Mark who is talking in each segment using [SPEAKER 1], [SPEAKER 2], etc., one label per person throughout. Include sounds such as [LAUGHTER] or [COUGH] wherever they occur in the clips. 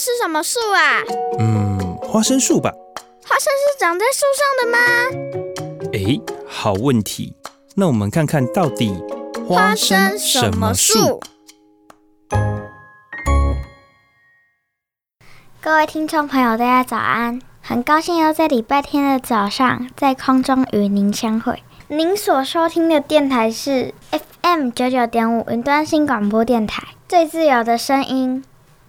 [SPEAKER 1] 是什么树啊？
[SPEAKER 2] 嗯，花生树吧？
[SPEAKER 1] 花生是长在树上的吗？
[SPEAKER 2] 诶，好问题。那我们看看到底什么树？？
[SPEAKER 3] 各位听众朋友，大家早安！很高兴又在礼拜天的早上在空中与您相会。您所收听的电台是 FM 九九点五云端新广播电台，最自由的声音。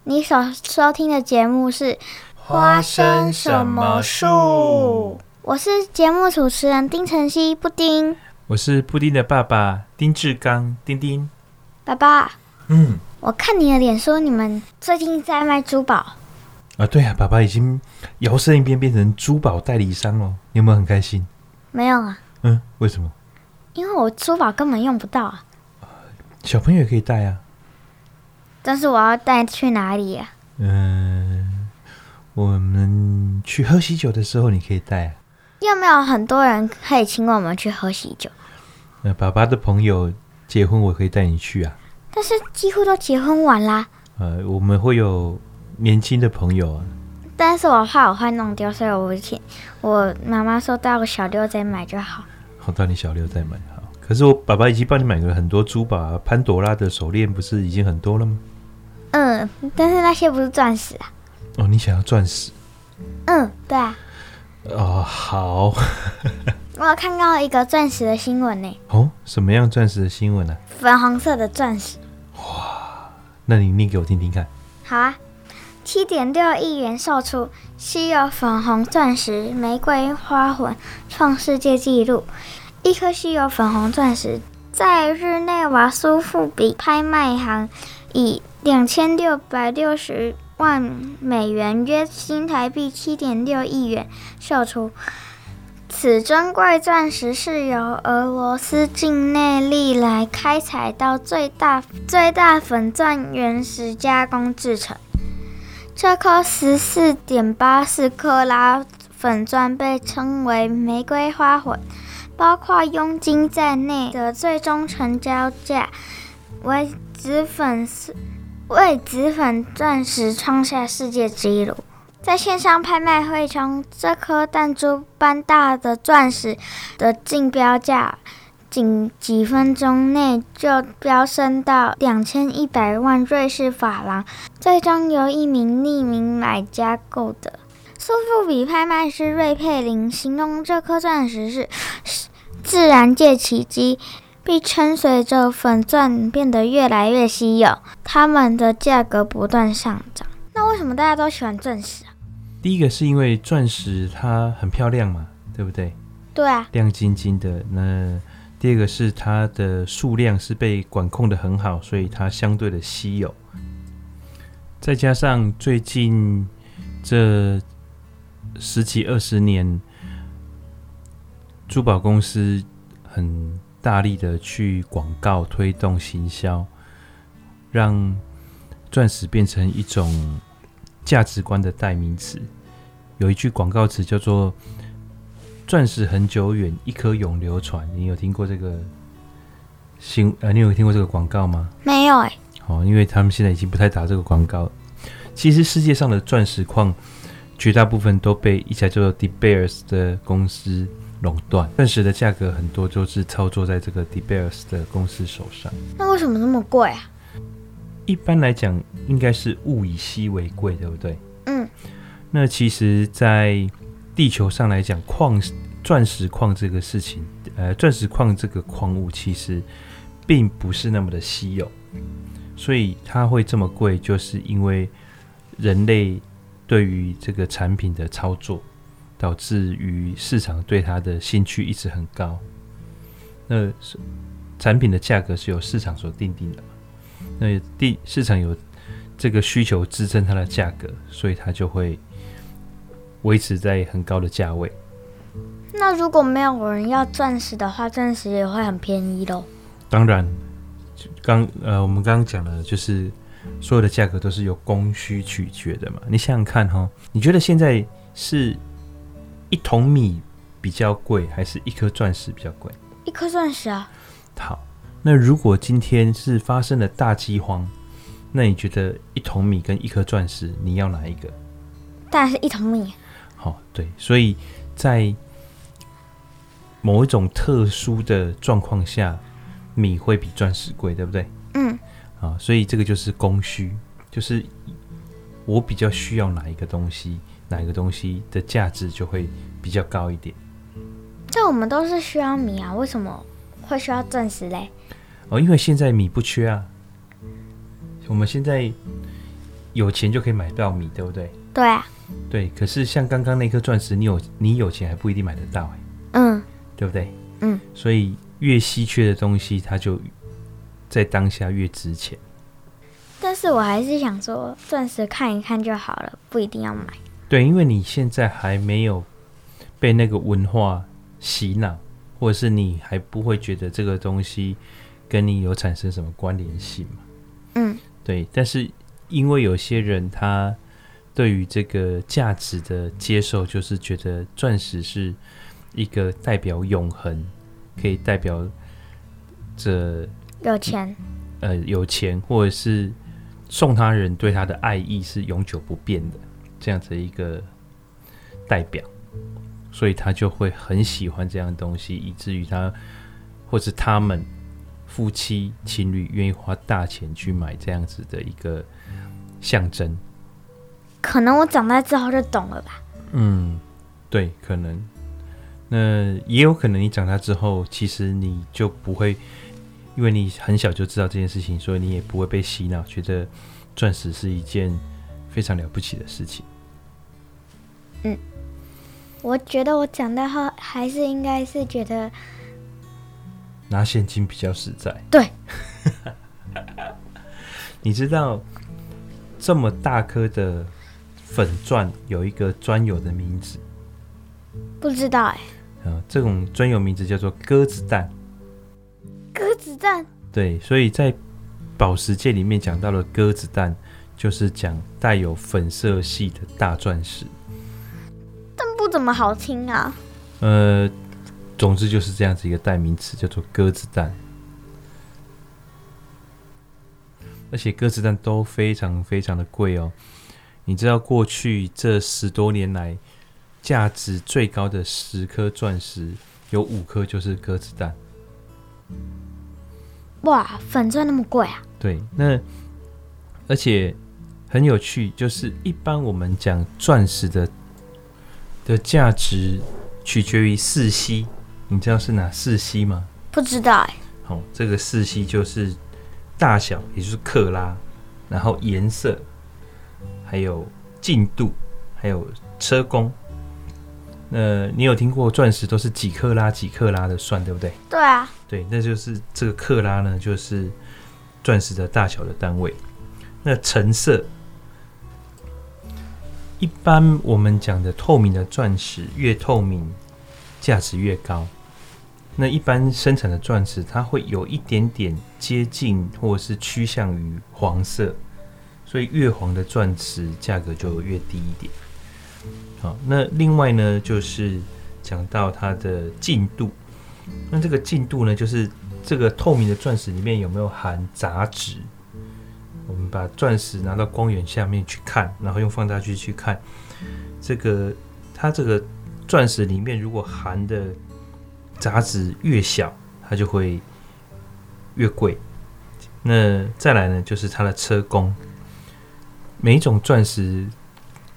[SPEAKER 3] 你所收听的节目是
[SPEAKER 4] 花生什么树？
[SPEAKER 3] 我是节目主持人丁晨曦，布丁
[SPEAKER 4] 我是布丁的爸爸丁志刚，丁丁。
[SPEAKER 3] 爸爸。
[SPEAKER 4] 嗯，
[SPEAKER 3] 我看你的脸书，你们最近在卖珠宝，
[SPEAKER 4] 啊，对啊，爸爸已经摇身一变变成珠宝代理商了，你有没有很开心？
[SPEAKER 3] 没有啊？
[SPEAKER 4] 嗯，为什么？
[SPEAKER 3] 因为我珠宝根本用不到啊。
[SPEAKER 4] 小朋友也可以戴啊。
[SPEAKER 3] 但是我要带去哪里啊呀、
[SPEAKER 4] 嗯、我们去喝喜酒的时候你可以戴啊。
[SPEAKER 3] 有没有很多人可以请我们去喝喜酒？
[SPEAKER 4] 那呃爸爸的朋友结婚我可以带你去啊。
[SPEAKER 3] 但是几乎都结婚晚啦。
[SPEAKER 4] 呃，我们会有年轻的朋友啊。
[SPEAKER 3] 但是我怕我会弄丢，所以我请我妈妈说到个小六再买就好。
[SPEAKER 4] 好，到你小六再买好。可是我爸爸已经帮你买了很多珠宝啊，潘朵拉的手链不是已经很多了吗？
[SPEAKER 3] 嗯，但是那些不是钻石啊。
[SPEAKER 4] 哦，你想要钻石？
[SPEAKER 3] 嗯，对啊，
[SPEAKER 4] 哦，好
[SPEAKER 3] 我有看到一个钻石的新闻呢，
[SPEAKER 4] 哦，什么样钻石的新闻呢、啊？
[SPEAKER 3] 粉红色的钻石。
[SPEAKER 4] 那你念给我听听看。
[SPEAKER 3] 好啊，七点六亿元售出，稀有粉红钻石玫瑰花环创世界纪录。一颗稀有粉红钻石在日内瓦苏富比拍卖行以两千六百六十万美元（约新台币七点六亿元）售出。此珍贵钻石是由俄罗斯境内历来开采到最大最大粉钻原石加工制成。这颗十四点八四克拉粉钻被称为玫瑰花魂，包括佣金在内的最终成交价为紫粉丝为紫粉钻石创下世界纪录。在线上拍卖会中，这颗弹珠般大的钻石的竞标价，仅几分钟内就飙升到两千一百万瑞士法郎，最终由一名匿名买家购得。苏富比拍卖师瑞佩林形容这颗钻石是是自然界奇迹，并称随着粉钻变得越来越稀有，它们的价格不断上涨。那为什么大家都喜欢钻石啊？
[SPEAKER 4] 第一个是因为钻石它很漂亮嘛，对不对？
[SPEAKER 3] 对啊，
[SPEAKER 4] 亮晶晶的。那第二个是它的数量是被管控的很好，所以它相对的稀有。再加上最近这十几二十年，珠宝公司很大力的去广告推动行销，让钻石变成一种价值观的代名词。有一句广告词叫做钻石恒久远，一颗永流传。你有听过这个新呃，你有听过这个广告吗？
[SPEAKER 3] 没有哎、
[SPEAKER 4] 哦，因为他们现在已经不太打这个广告。其实世界上的钻石矿，绝大部分都被一家叫做 De Beers 的公司垄断。钻石的价格很多都是操作在这个 De Beers 的公司手上。
[SPEAKER 3] 那为什么那么贵啊？
[SPEAKER 4] 一般来讲，应该是物以稀为贵，对不对？
[SPEAKER 3] 嗯。
[SPEAKER 4] 那其实，在地球上来讲，矿钻石矿这个事情，呃，钻石矿这个矿物其实并不是那么的稀有，所以它会这么贵，就是因为人类对于这个产品的操作，导致于市场对它的兴趣一直很高。那是产品的价格是由市场所定定的。那地市场有这个需求支撑它的价格，所以它就会维持在很高的价位。
[SPEAKER 3] 那如果没有人要钻石的话，钻石也会很便宜喽。
[SPEAKER 4] 当然，就刚呃我们刚刚讲了，就是所有的价格都是由供需取决的嘛。你想想看哈、哦，你觉得现在是一桶米比较贵，还是一颗钻石比较贵？
[SPEAKER 3] 一颗钻石啊，
[SPEAKER 4] 好，那如果今天是发生了大饥荒，那你觉得一桶米跟一颗钻石，你要哪一个？
[SPEAKER 3] 当然是一桶米。
[SPEAKER 4] 好、对，所以在某一种特殊的状况下，米会比钻石贵，对不对？
[SPEAKER 3] 嗯，
[SPEAKER 4] 啊，所以这个就是供需，就是我比较需要哪一个东西，哪一个东西的价值就会比较高一点。
[SPEAKER 3] 但我们都是需要米啊，为什么会需要钻石嘞？
[SPEAKER 4] 哦，因为现在米不缺啊，我们现在有钱就可以买到米，对不对？
[SPEAKER 3] 对啊，
[SPEAKER 4] 对，可是像刚刚那颗钻石，你有你有钱还不一定买得到、欸，
[SPEAKER 3] 嗯，
[SPEAKER 4] 对不对？
[SPEAKER 3] 嗯，
[SPEAKER 4] 所以越稀缺的东西，它就在当下越值钱。
[SPEAKER 3] 但是我还是想说，钻石看一看就好了，不一定要买。
[SPEAKER 4] 对，因为你现在还没有被那个文化洗脑，或者是你还不会觉得这个东西跟你有产生什么关联性嘛？
[SPEAKER 3] 嗯，
[SPEAKER 4] 对。但是因为有些人他对于这个价值的接受，就是觉得钻石是一个代表永恒，可以代表着
[SPEAKER 3] 有钱，
[SPEAKER 4] 呃有钱，或者是送他人对他的爱意是永久不变的这样子一个代表，所以他就会很喜欢这样的东西，以至于他或是他们夫妻情侣愿意花大钱去买这样子的一个象征。
[SPEAKER 3] 可能我长大之后就懂了吧。
[SPEAKER 4] 嗯，对，可能。那也有可能你长大之后，其实你就不会，因为你很小就知道这件事情，所以你也不会被洗脑，觉得钻石是一件非常了不起的事情。
[SPEAKER 3] 我觉得我长大后还是应该是觉得，
[SPEAKER 4] 拿现金比较实在。
[SPEAKER 3] 对，
[SPEAKER 4] 你知道这么大颗的粉钻有一个专有的名字，
[SPEAKER 3] 不知道哎、
[SPEAKER 4] 啊，这种专有名字叫做鸽子蛋。
[SPEAKER 3] 鸽子蛋
[SPEAKER 4] 对，所以在宝石界里面讲到了鸽子蛋，就是讲带有粉色系的大钻石。
[SPEAKER 3] 但不怎么好听啊。
[SPEAKER 4] 呃，总之就是这样子一个代名词，叫做鸽子蛋。而且鸽子蛋都非常非常的贵哦。你知道过去这十多年来，价值最高的十颗钻石，有五颗就是鸽子蛋。
[SPEAKER 3] 哇，粉钻那么贵啊？
[SPEAKER 4] 对，那而且很有趣，就是一般我们讲钻石的的价值取决于四 C，你知道是哪四 C 吗？
[SPEAKER 3] 不知道哎、
[SPEAKER 4] 好、这个四 C 就是大小，也就是克拉，然后颜色，还有进度，还有车工。那你有听过钻石都是几克拉几克拉的算，对不对？
[SPEAKER 3] 对啊，
[SPEAKER 4] 对，那就是这个克拉呢，就是钻石的大小的单位。那橙色，一般我们讲的透明的钻石越透明，价值越高。那一般生产的钻石，它会有一点点接近或是趋向于黄色，所以越黄的钻石价格就越低一点。好，那另外呢，就是讲到它的进度，那这个进度呢，就是这个透明的钻石里面有没有含杂质？我们把钻石拿到光源下面去看，然后用放大镜去看，这个它这个钻石里面如果含的杂质越小，它就会越贵。那再来呢，就是它的车工，每一种钻石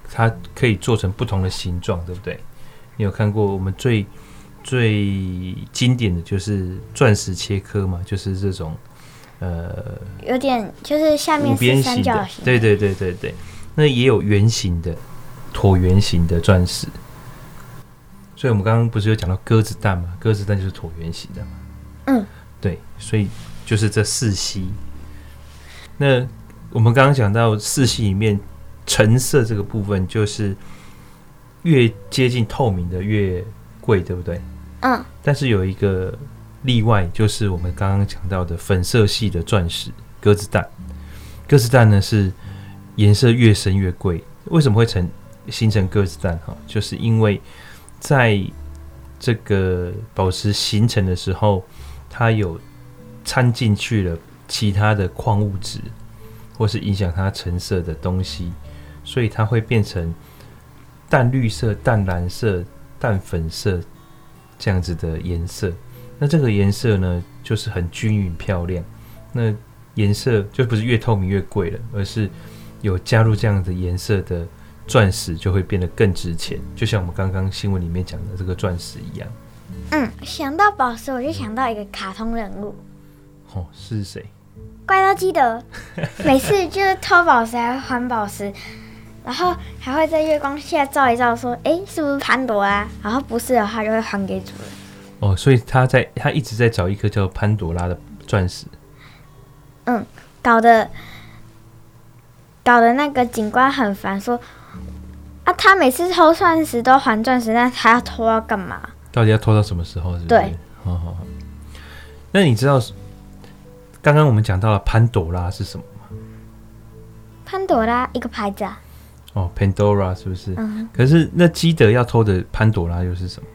[SPEAKER 4] 它可以做成不同的形状，对不对？你有看过我们最最经典的就是钻石切割嘛，就是这种呃
[SPEAKER 3] 有点就是下
[SPEAKER 4] 五
[SPEAKER 3] 面
[SPEAKER 4] 边
[SPEAKER 3] 是
[SPEAKER 4] 形
[SPEAKER 3] 三
[SPEAKER 4] 的
[SPEAKER 3] 角，形，
[SPEAKER 4] 对对对对对，那也有圆形的、椭圆形的钻石。所以我们刚刚不是有讲到鸽子蛋嘛？鸽子蛋就是椭圆形的嘛。
[SPEAKER 3] 嗯，
[SPEAKER 4] 对，所以就是这四系。那我们刚刚讲到四系里面，橙色这个部分就是越接近透明的越贵，对不对？
[SPEAKER 3] 嗯，
[SPEAKER 4] 但是有一个例外，就是我们刚刚讲到的粉色系的钻石鸽子蛋。鸽子蛋呢是颜色越深越贵，为什么会成形成鸽子蛋？哈，就是因为在这个宝石形成的时候，它有掺进去了其他的矿物质或是影响它成色的东西，所以它会变成淡绿色、淡蓝色、淡粉色这样子的颜色。那这个颜色呢，就是很均匀漂亮。那颜色就不是越透明越贵了，而是有加入这样子颜色的钻石就会变得更值钱，就像我们刚刚新闻里面讲的这个钻石一样。
[SPEAKER 3] 嗯，想到宝石，我就想到一个卡通人物，
[SPEAKER 4] 哦，是谁？
[SPEAKER 3] 怪盗基
[SPEAKER 4] [LAUGHS]
[SPEAKER 3] 德，每次就是偷宝石还还宝石，然后还会在月光下照一照，说：“诶，是不是潘朵拉？”然后不是的话，就会还给主人。
[SPEAKER 4] 哦，所以他在他一直在找一颗叫潘朵拉的钻石。
[SPEAKER 3] 搞得搞得那个警官很烦，说啊，他每次偷钻石都还钻石，那还要偷要干嘛？
[SPEAKER 4] 到底要拖到什么时候？是不是？
[SPEAKER 3] 对，
[SPEAKER 4] 好好好。那你知道刚刚我们讲到了潘朵拉是什么？
[SPEAKER 3] 潘朵拉一个牌子啊，
[SPEAKER 4] 哦，Pandora 是不是？
[SPEAKER 3] 嗯，
[SPEAKER 4] 可是那基德要偷的潘朵拉又是什么？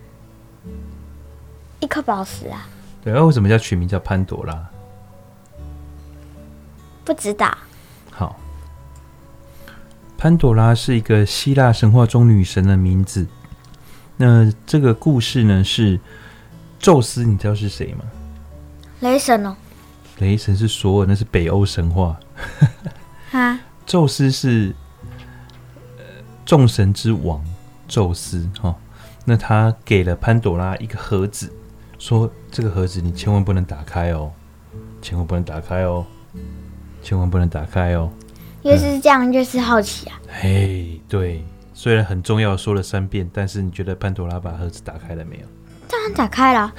[SPEAKER 3] 一颗宝石啊，
[SPEAKER 4] 对，那为什么叫取名叫潘朵拉？
[SPEAKER 3] 不知道。
[SPEAKER 4] 好，潘朵拉是一个希腊神话中女神的名字。那这个故事呢是宙斯，你知道是谁吗？
[SPEAKER 3] 雷神哦，
[SPEAKER 4] 雷神是索尔，那是北欧神话。
[SPEAKER 3] 哈，
[SPEAKER 4] 宙斯是呃众神之王，宙斯哈、哦。那他给了潘朵拉一个盒子，说这个盒子你千万不能打开哦，千万不能打开哦，千万不能打开哦。
[SPEAKER 3] 越是这样越是好奇啊。
[SPEAKER 4] 嘿，对，虽然很重要，说了三遍，但是你觉得潘朵拉把盒子打开了没有？
[SPEAKER 3] 当然打开了，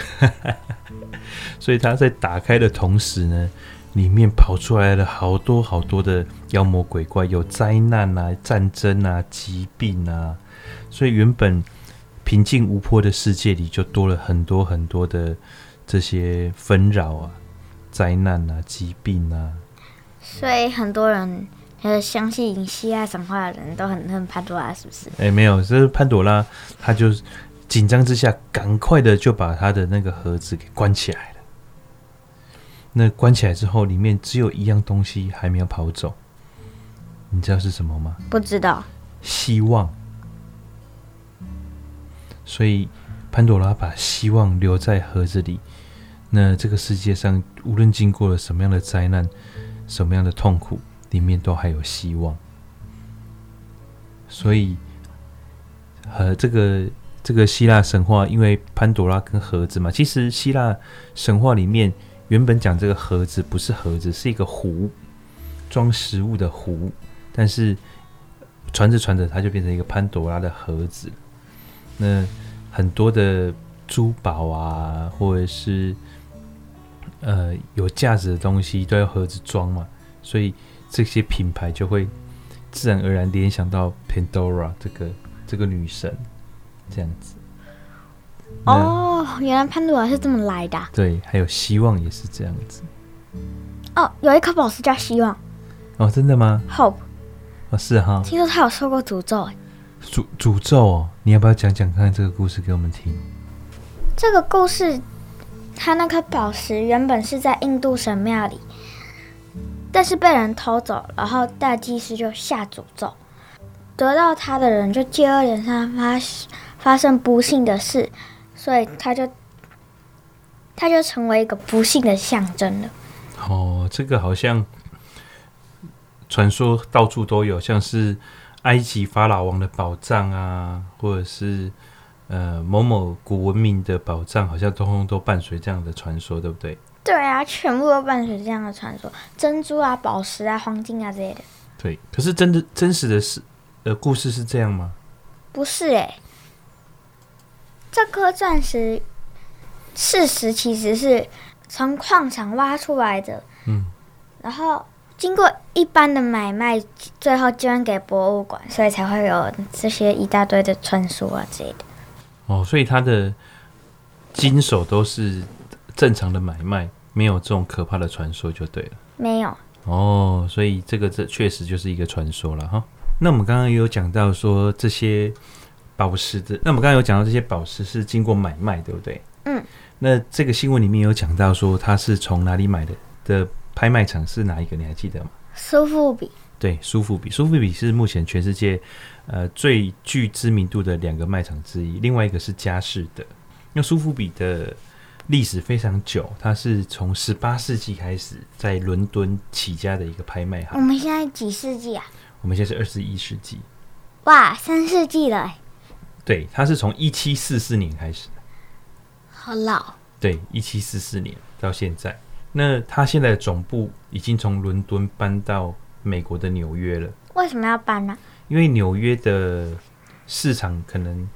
[SPEAKER 4] 所以他在打开的同时呢，里面跑出来了好多好多的妖魔鬼怪，有灾难啊、战争啊、疾病啊，所以原本平静无波的世界里就多了很多很多的这些纷扰啊、灾难啊、疾病啊。
[SPEAKER 3] 所以很多人呃相信希腊神话的人都很恨潘多拉，是不是？
[SPEAKER 4] 哎，没有，这是潘朵拉，她就是紧张之下，赶快的就把她的那个盒子给关起来了。那关起来之后，里面只有一样东西还没有跑走，你知道是什么吗？
[SPEAKER 3] 不知道，
[SPEAKER 4] 希望。所以潘朵拉把希望留在盒子里。那这个世界上，无论经过了什么样的灾难，什么样的痛苦，里面都还有希望。所以，呃，这个这个希腊神话，因为潘朵拉跟盒子嘛，其实希腊神话里面原本讲这个盒子不是盒子，是一个壶，装食物的壶，但是传着传着，它就变成一个潘朵拉的盒子。那很多的珠宝啊，或者是呃有价值的东西都要盒子装嘛，所以这些品牌就会自然而然联想到 Pandora 这个这个女神这样子。那，
[SPEAKER 3] 哦，原来潘多拉是这么来的啊、
[SPEAKER 4] 对，还有希望也是这样子。
[SPEAKER 3] 哦，有一颗宝石叫希望
[SPEAKER 4] 哦，真的吗？
[SPEAKER 3] （Hope），
[SPEAKER 4] 哦，是哈，
[SPEAKER 3] 听说他有受过诅咒欸
[SPEAKER 4] 诅诅咒哦，你要不要讲讲看这个故事给我们听？
[SPEAKER 3] 这个故事，它那颗宝石原本是在印度神庙里，但是被人偷走，然后大祭司就下诅咒，得到它的人就接二连三发发生不幸的事，所以它就它就成为一个不幸的象征了。
[SPEAKER 4] 哦，这个好像传说到处都有，像是埃及法老王的宝藏啊，或者是呃某某古文明的宝藏，好像通通都伴随这样的传说，对不对？
[SPEAKER 3] 对啊，全部都伴随这样的传说，珍珠啊、宝石啊、黄金啊之类的。
[SPEAKER 4] 对。可是真的真实的是呃故事是这样吗？
[SPEAKER 3] 不是哎、这颗钻石，事实其实是从矿场挖出来的，
[SPEAKER 4] 嗯，
[SPEAKER 3] 然后经过一般的买卖，最后捐给博物馆，所以才会有这些一大堆的传说啊之类的。
[SPEAKER 4] 哦，所以它的经手都是正常的买卖，没有这种可怕的传说就对了。
[SPEAKER 3] 没有，
[SPEAKER 4] 哦，所以这个这确实就是一个传说了哈。那我们刚刚也有讲到说这些宝石的，那我们刚刚有讲到这些宝石是经过买卖，对不对？
[SPEAKER 3] 嗯。
[SPEAKER 4] 那这个新闻里面有讲到说它是从哪里买的的拍卖场是哪一个？你还记得吗？
[SPEAKER 3] 苏富比。
[SPEAKER 4] 对，苏富比，苏富比是目前全世界呃最具知名度的两个卖场之一，另外一个是佳士得。那苏富比的历史非常久，它是从十八世纪开始在伦敦起家的一个拍卖
[SPEAKER 3] 我
[SPEAKER 4] 行。
[SPEAKER 3] 们现在几世纪啊？
[SPEAKER 4] 我们现在是二十一世纪，
[SPEAKER 3] 哇，三世纪了欸，
[SPEAKER 4] 对，它是从一七四四年开始的，
[SPEAKER 3] 好老。
[SPEAKER 4] 对，一七四四年到现在。那它现在的总部已经从伦敦搬到美国的纽约了。
[SPEAKER 3] 为什么要搬啊呢、
[SPEAKER 4] 因为纽约的市场可能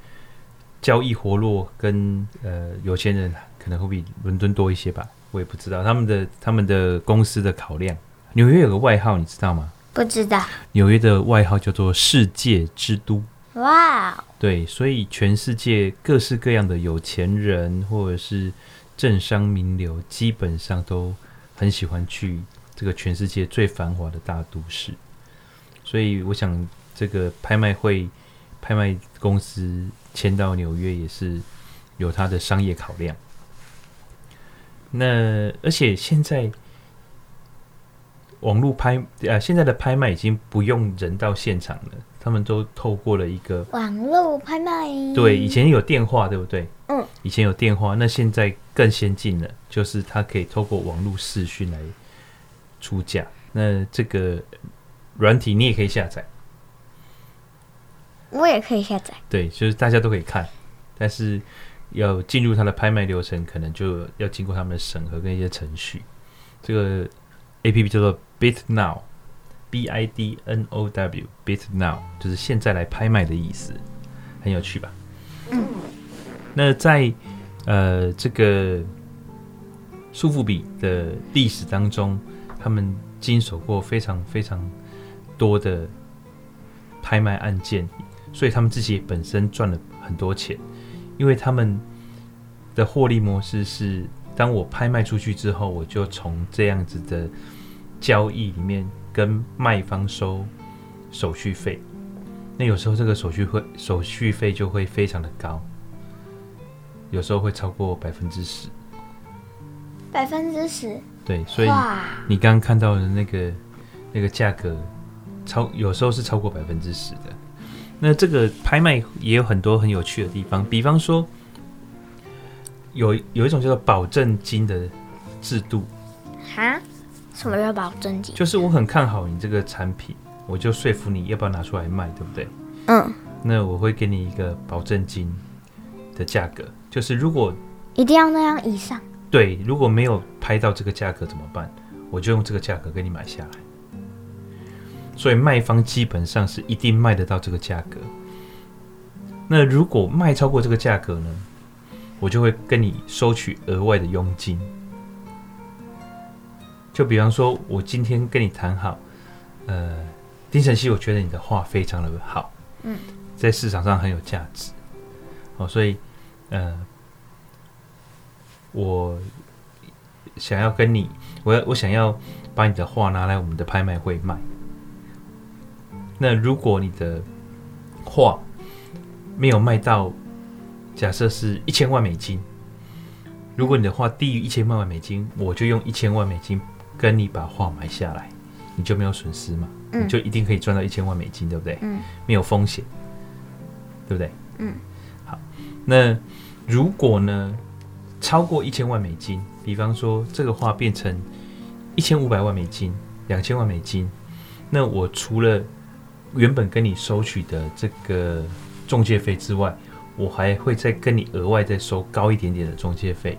[SPEAKER 4] 交易活络跟呃有钱人可能会比伦敦多一些吧，我也不知道他们的他们的公司的考量。纽约有个外号，你知道吗？
[SPEAKER 3] 不知道。
[SPEAKER 4] 纽约的外号叫做“世界之都
[SPEAKER 3] 哇哦，”。
[SPEAKER 4] 对，所以全世界各式各样的有钱人或者是政商名流，基本上都很喜欢去这个全世界最繁华的大都市。所以我想，这个拍卖会、拍卖公司迁到纽约也是有它的商业考量。那而且现在网络拍呃，现在的拍卖已经不用人到现场了，他们都透过了一个
[SPEAKER 3] 网络拍卖。
[SPEAKER 4] 对，以前有电话，对不对？
[SPEAKER 3] 嗯，
[SPEAKER 4] 以前有电话，那现在更先进了，就是它可以透过网络视讯来出价。那这个软体你也可以下载，
[SPEAKER 3] 我也可以下载。
[SPEAKER 4] 对，就是大家都可以看，但是要进入它的拍卖流程，可能就要经过他们的审核跟一些程序。这个 A P P 叫做 BitNow，B I D N O W，BitNow 就是现在来拍卖的意思，很有趣吧？嗯。那在呃这个苏富比的历史当中，他们经手过非常非常多的拍卖案件，所以他们自己本身赚了很多钱，因为他们的获利模式是，当我拍卖出去之后，我就从这样子的交易里面跟卖方收手续费。那有时候这个手续会手续费就会非常的高，有时候会超过百分之十。
[SPEAKER 3] 百分之十。
[SPEAKER 4] 对，所以
[SPEAKER 3] 哇，
[SPEAKER 4] 你刚刚看到的那个那个价格超，有时候是超过百分之十的。那这个拍卖也有很多很有趣的地方，比方说有有一种叫做保证金的制度，
[SPEAKER 3] 哈？什么叫保证金？
[SPEAKER 4] 就是我很看好你这个产品，我就说服你要不要拿出来卖，对不对？
[SPEAKER 3] 嗯，
[SPEAKER 4] 那我会给你一个保证金的价格，就是如果
[SPEAKER 3] 一定要那样以上。
[SPEAKER 4] 对，如果没有拍到这个价格怎么办？我就用这个价格给你买下来。所以卖方基本上是一定卖得到这个价格。那如果卖超过这个价格呢，我就会跟你收取额外的佣金。就比方说，我今天跟你谈好，呃，丁晨曦，我觉得你的画非常的好，
[SPEAKER 3] 嗯，
[SPEAKER 4] 在市场上很有价值，哦，所以，呃，我想要跟你，我要我想要把你的画拿来我们的拍卖会卖。那如果你的画没有卖到，假设是一千万美金，如果你的画低于一千万美金，我就用一千万美金跟你把画买下来，你就没有损失嘛，
[SPEAKER 3] 嗯
[SPEAKER 4] 你就一定可以赚到一千万美金，对不对？
[SPEAKER 3] 嗯，
[SPEAKER 4] 没有风险，对不对？
[SPEAKER 3] 嗯，
[SPEAKER 4] 好，那如果呢超过一千万美金，比方说这个画变成一千五百万美金、两千万美金，那我除了原本跟你收取的这个中介费之外，我还会再跟你额外再收高一点点的中介费，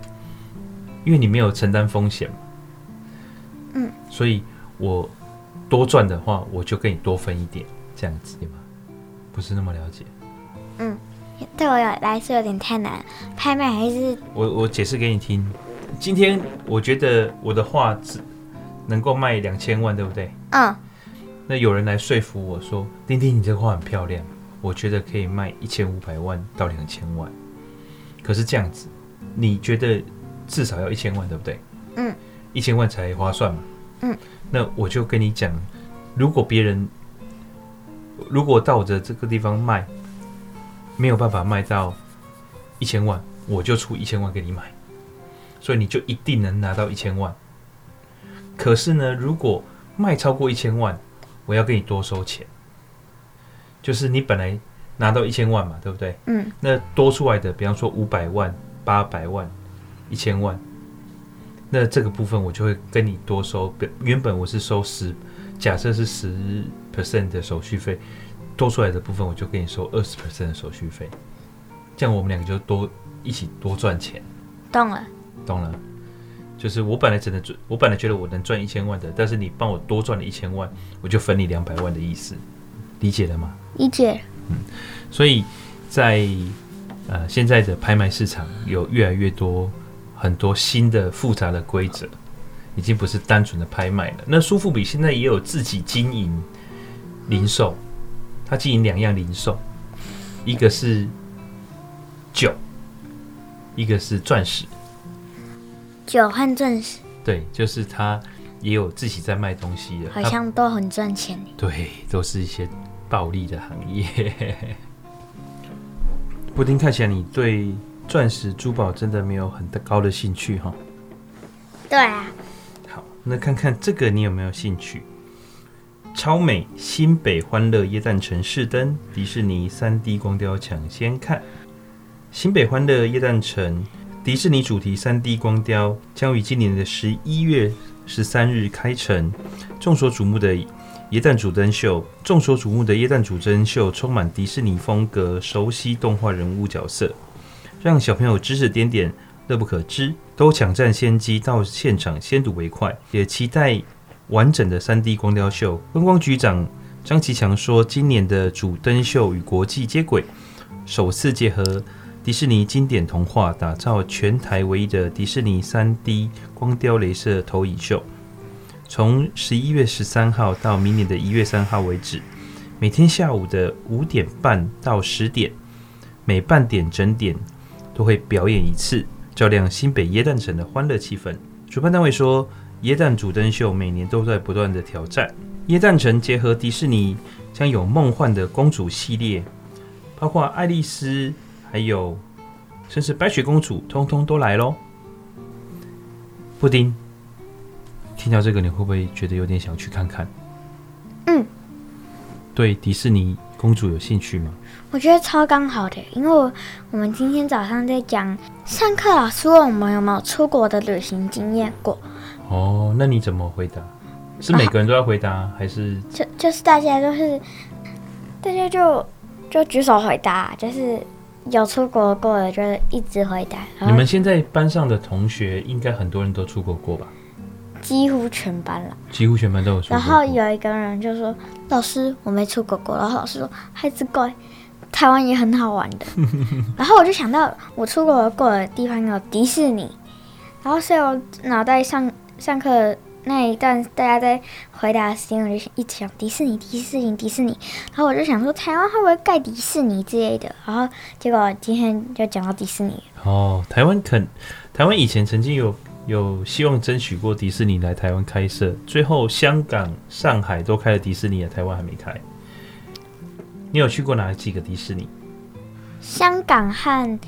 [SPEAKER 4] 因为你没有承担风险嘛。
[SPEAKER 3] 嗯，
[SPEAKER 4] 所以我多赚的话，我就跟你多分一点，这样子对吗？不是那么了解，
[SPEAKER 3] 对我来说有点太难了。拍卖还是
[SPEAKER 4] 我我解释给你听。今天我觉得我的画只能够卖两千万，对不对？
[SPEAKER 3] 嗯
[SPEAKER 4] 那有人来说服我说：“丁丁，你这画很漂亮，我觉得可以卖一千五百万到两千万。”可是这样子，你觉得至少要一千万，对不对？
[SPEAKER 3] 嗯，
[SPEAKER 4] 一千万才划算嘛。
[SPEAKER 3] 嗯，
[SPEAKER 4] 那我就跟你讲，如果别人如果到我的这个地方卖，没有办法卖到一千万，我就出一千万给你买，所以你就一定能拿到一千万。可是呢，如果卖超过一千万，我要跟你多收钱。就是你本来拿到一千万嘛，对不对？
[SPEAKER 3] 嗯，
[SPEAKER 4] 那多出来的，比方说五百万、八百万、一千万，那这个部分我就会跟你多收。本原本我是收十，假设是十 percent 的手续费，多出来的部分我就跟你收二十 percent 的手续费，这样我们两个就多一起多赚钱，
[SPEAKER 3] 懂了，
[SPEAKER 4] 懂了？就是我本来只能赚，我本来觉得我能赚一千万的，但是你帮我多赚了一千万，我就分你两百万的意思，理解了吗？
[SPEAKER 3] 理解了。
[SPEAKER 4] 所以在呃现在的拍卖市场有越来越多很多新的复杂的规则，已经不是单纯的拍卖了。那苏富比现在也有自己经营零售，它经营两样零售，一个是酒，一个是钻石。
[SPEAKER 3] 酒和钻石
[SPEAKER 4] 对，就是它也有自己在卖东西的，
[SPEAKER 3] 好
[SPEAKER 4] 它
[SPEAKER 3] 像都很赚钱耶
[SPEAKER 4] 对，都是一些暴利的行业。 [LAUGHS] 布丁，看起来你对钻石珠宝真的没有很高的兴趣哈。
[SPEAKER 3] 对啊，
[SPEAKER 4] 好，那看看这个你有没有兴趣？超美新北欢乐椰蛋城市灯，迪士尼 3D 光雕抢先看。新北欢乐椰蛋城迪士尼主题 3D 光雕将于今年的十一月十三日开城。众所瞩目的椰蛋主灯秀，众所瞩目的椰蛋主灯秀充满迪士尼风格，熟悉动画人物角色，让小朋友指指点点乐不可支，都抢占先机，到现场先睹为快，也期待完整的 3D 光雕秀。观光局长张其强说，今年的主灯秀与国际接轨，首次结合迪士尼经典童话，打造全台唯一的迪士尼 3D 光雕镭射投影秀。从十一月十三号到明年的一月三号为止，每天下午的五点半到十点，每半点整点都会表演一次，照亮新北耶诞城的欢乐气氛。主办单位说，耶诞主灯秀每年都在不断的挑战。耶诞城结合迪士尼，将有梦幻的公主系列，包括爱丽丝，还有甚至白雪公主，通通都来喽。布丁，听到这个，你会不会觉得有点想去看看？
[SPEAKER 3] 嗯，
[SPEAKER 4] 对迪士尼公主有兴趣吗？
[SPEAKER 3] 我觉得超刚好的，因为我我们今天早上在讲上课，老师问我们有没有出国的旅行经验过，
[SPEAKER 4] 哦，那你怎么回答？是每个人都要回答，还是
[SPEAKER 3] 就就是大家都是大家就就举手回答，就是有出国过的就是一直回答，然
[SPEAKER 4] 你
[SPEAKER 3] 后
[SPEAKER 4] 们现在班上的同学应该很多人都出国过吧？
[SPEAKER 3] 几乎全班了。
[SPEAKER 4] 几乎全班都有出国
[SPEAKER 3] 然
[SPEAKER 4] 过。
[SPEAKER 3] 后有一个人就说：“老师，我没出国过。”然后老师说：“孩子乖，台湾也很好玩的。”然后我就想到我出国过的地方有迪士尼，然后所以我脑袋上上课那一段大家在回答的时间，我就一直想迪士尼、迪士尼、迪士尼。然后我就想说台湾会不会盖迪士尼之类的？然后结果今天就讲到迪士尼，
[SPEAKER 4] 哦，台湾肯，台湾以前曾经有有希望争取过迪士尼来台湾开设，最后香港、上海都开了迪士尼，台湾还没开。你有去过哪几个迪士尼？
[SPEAKER 3] 香港和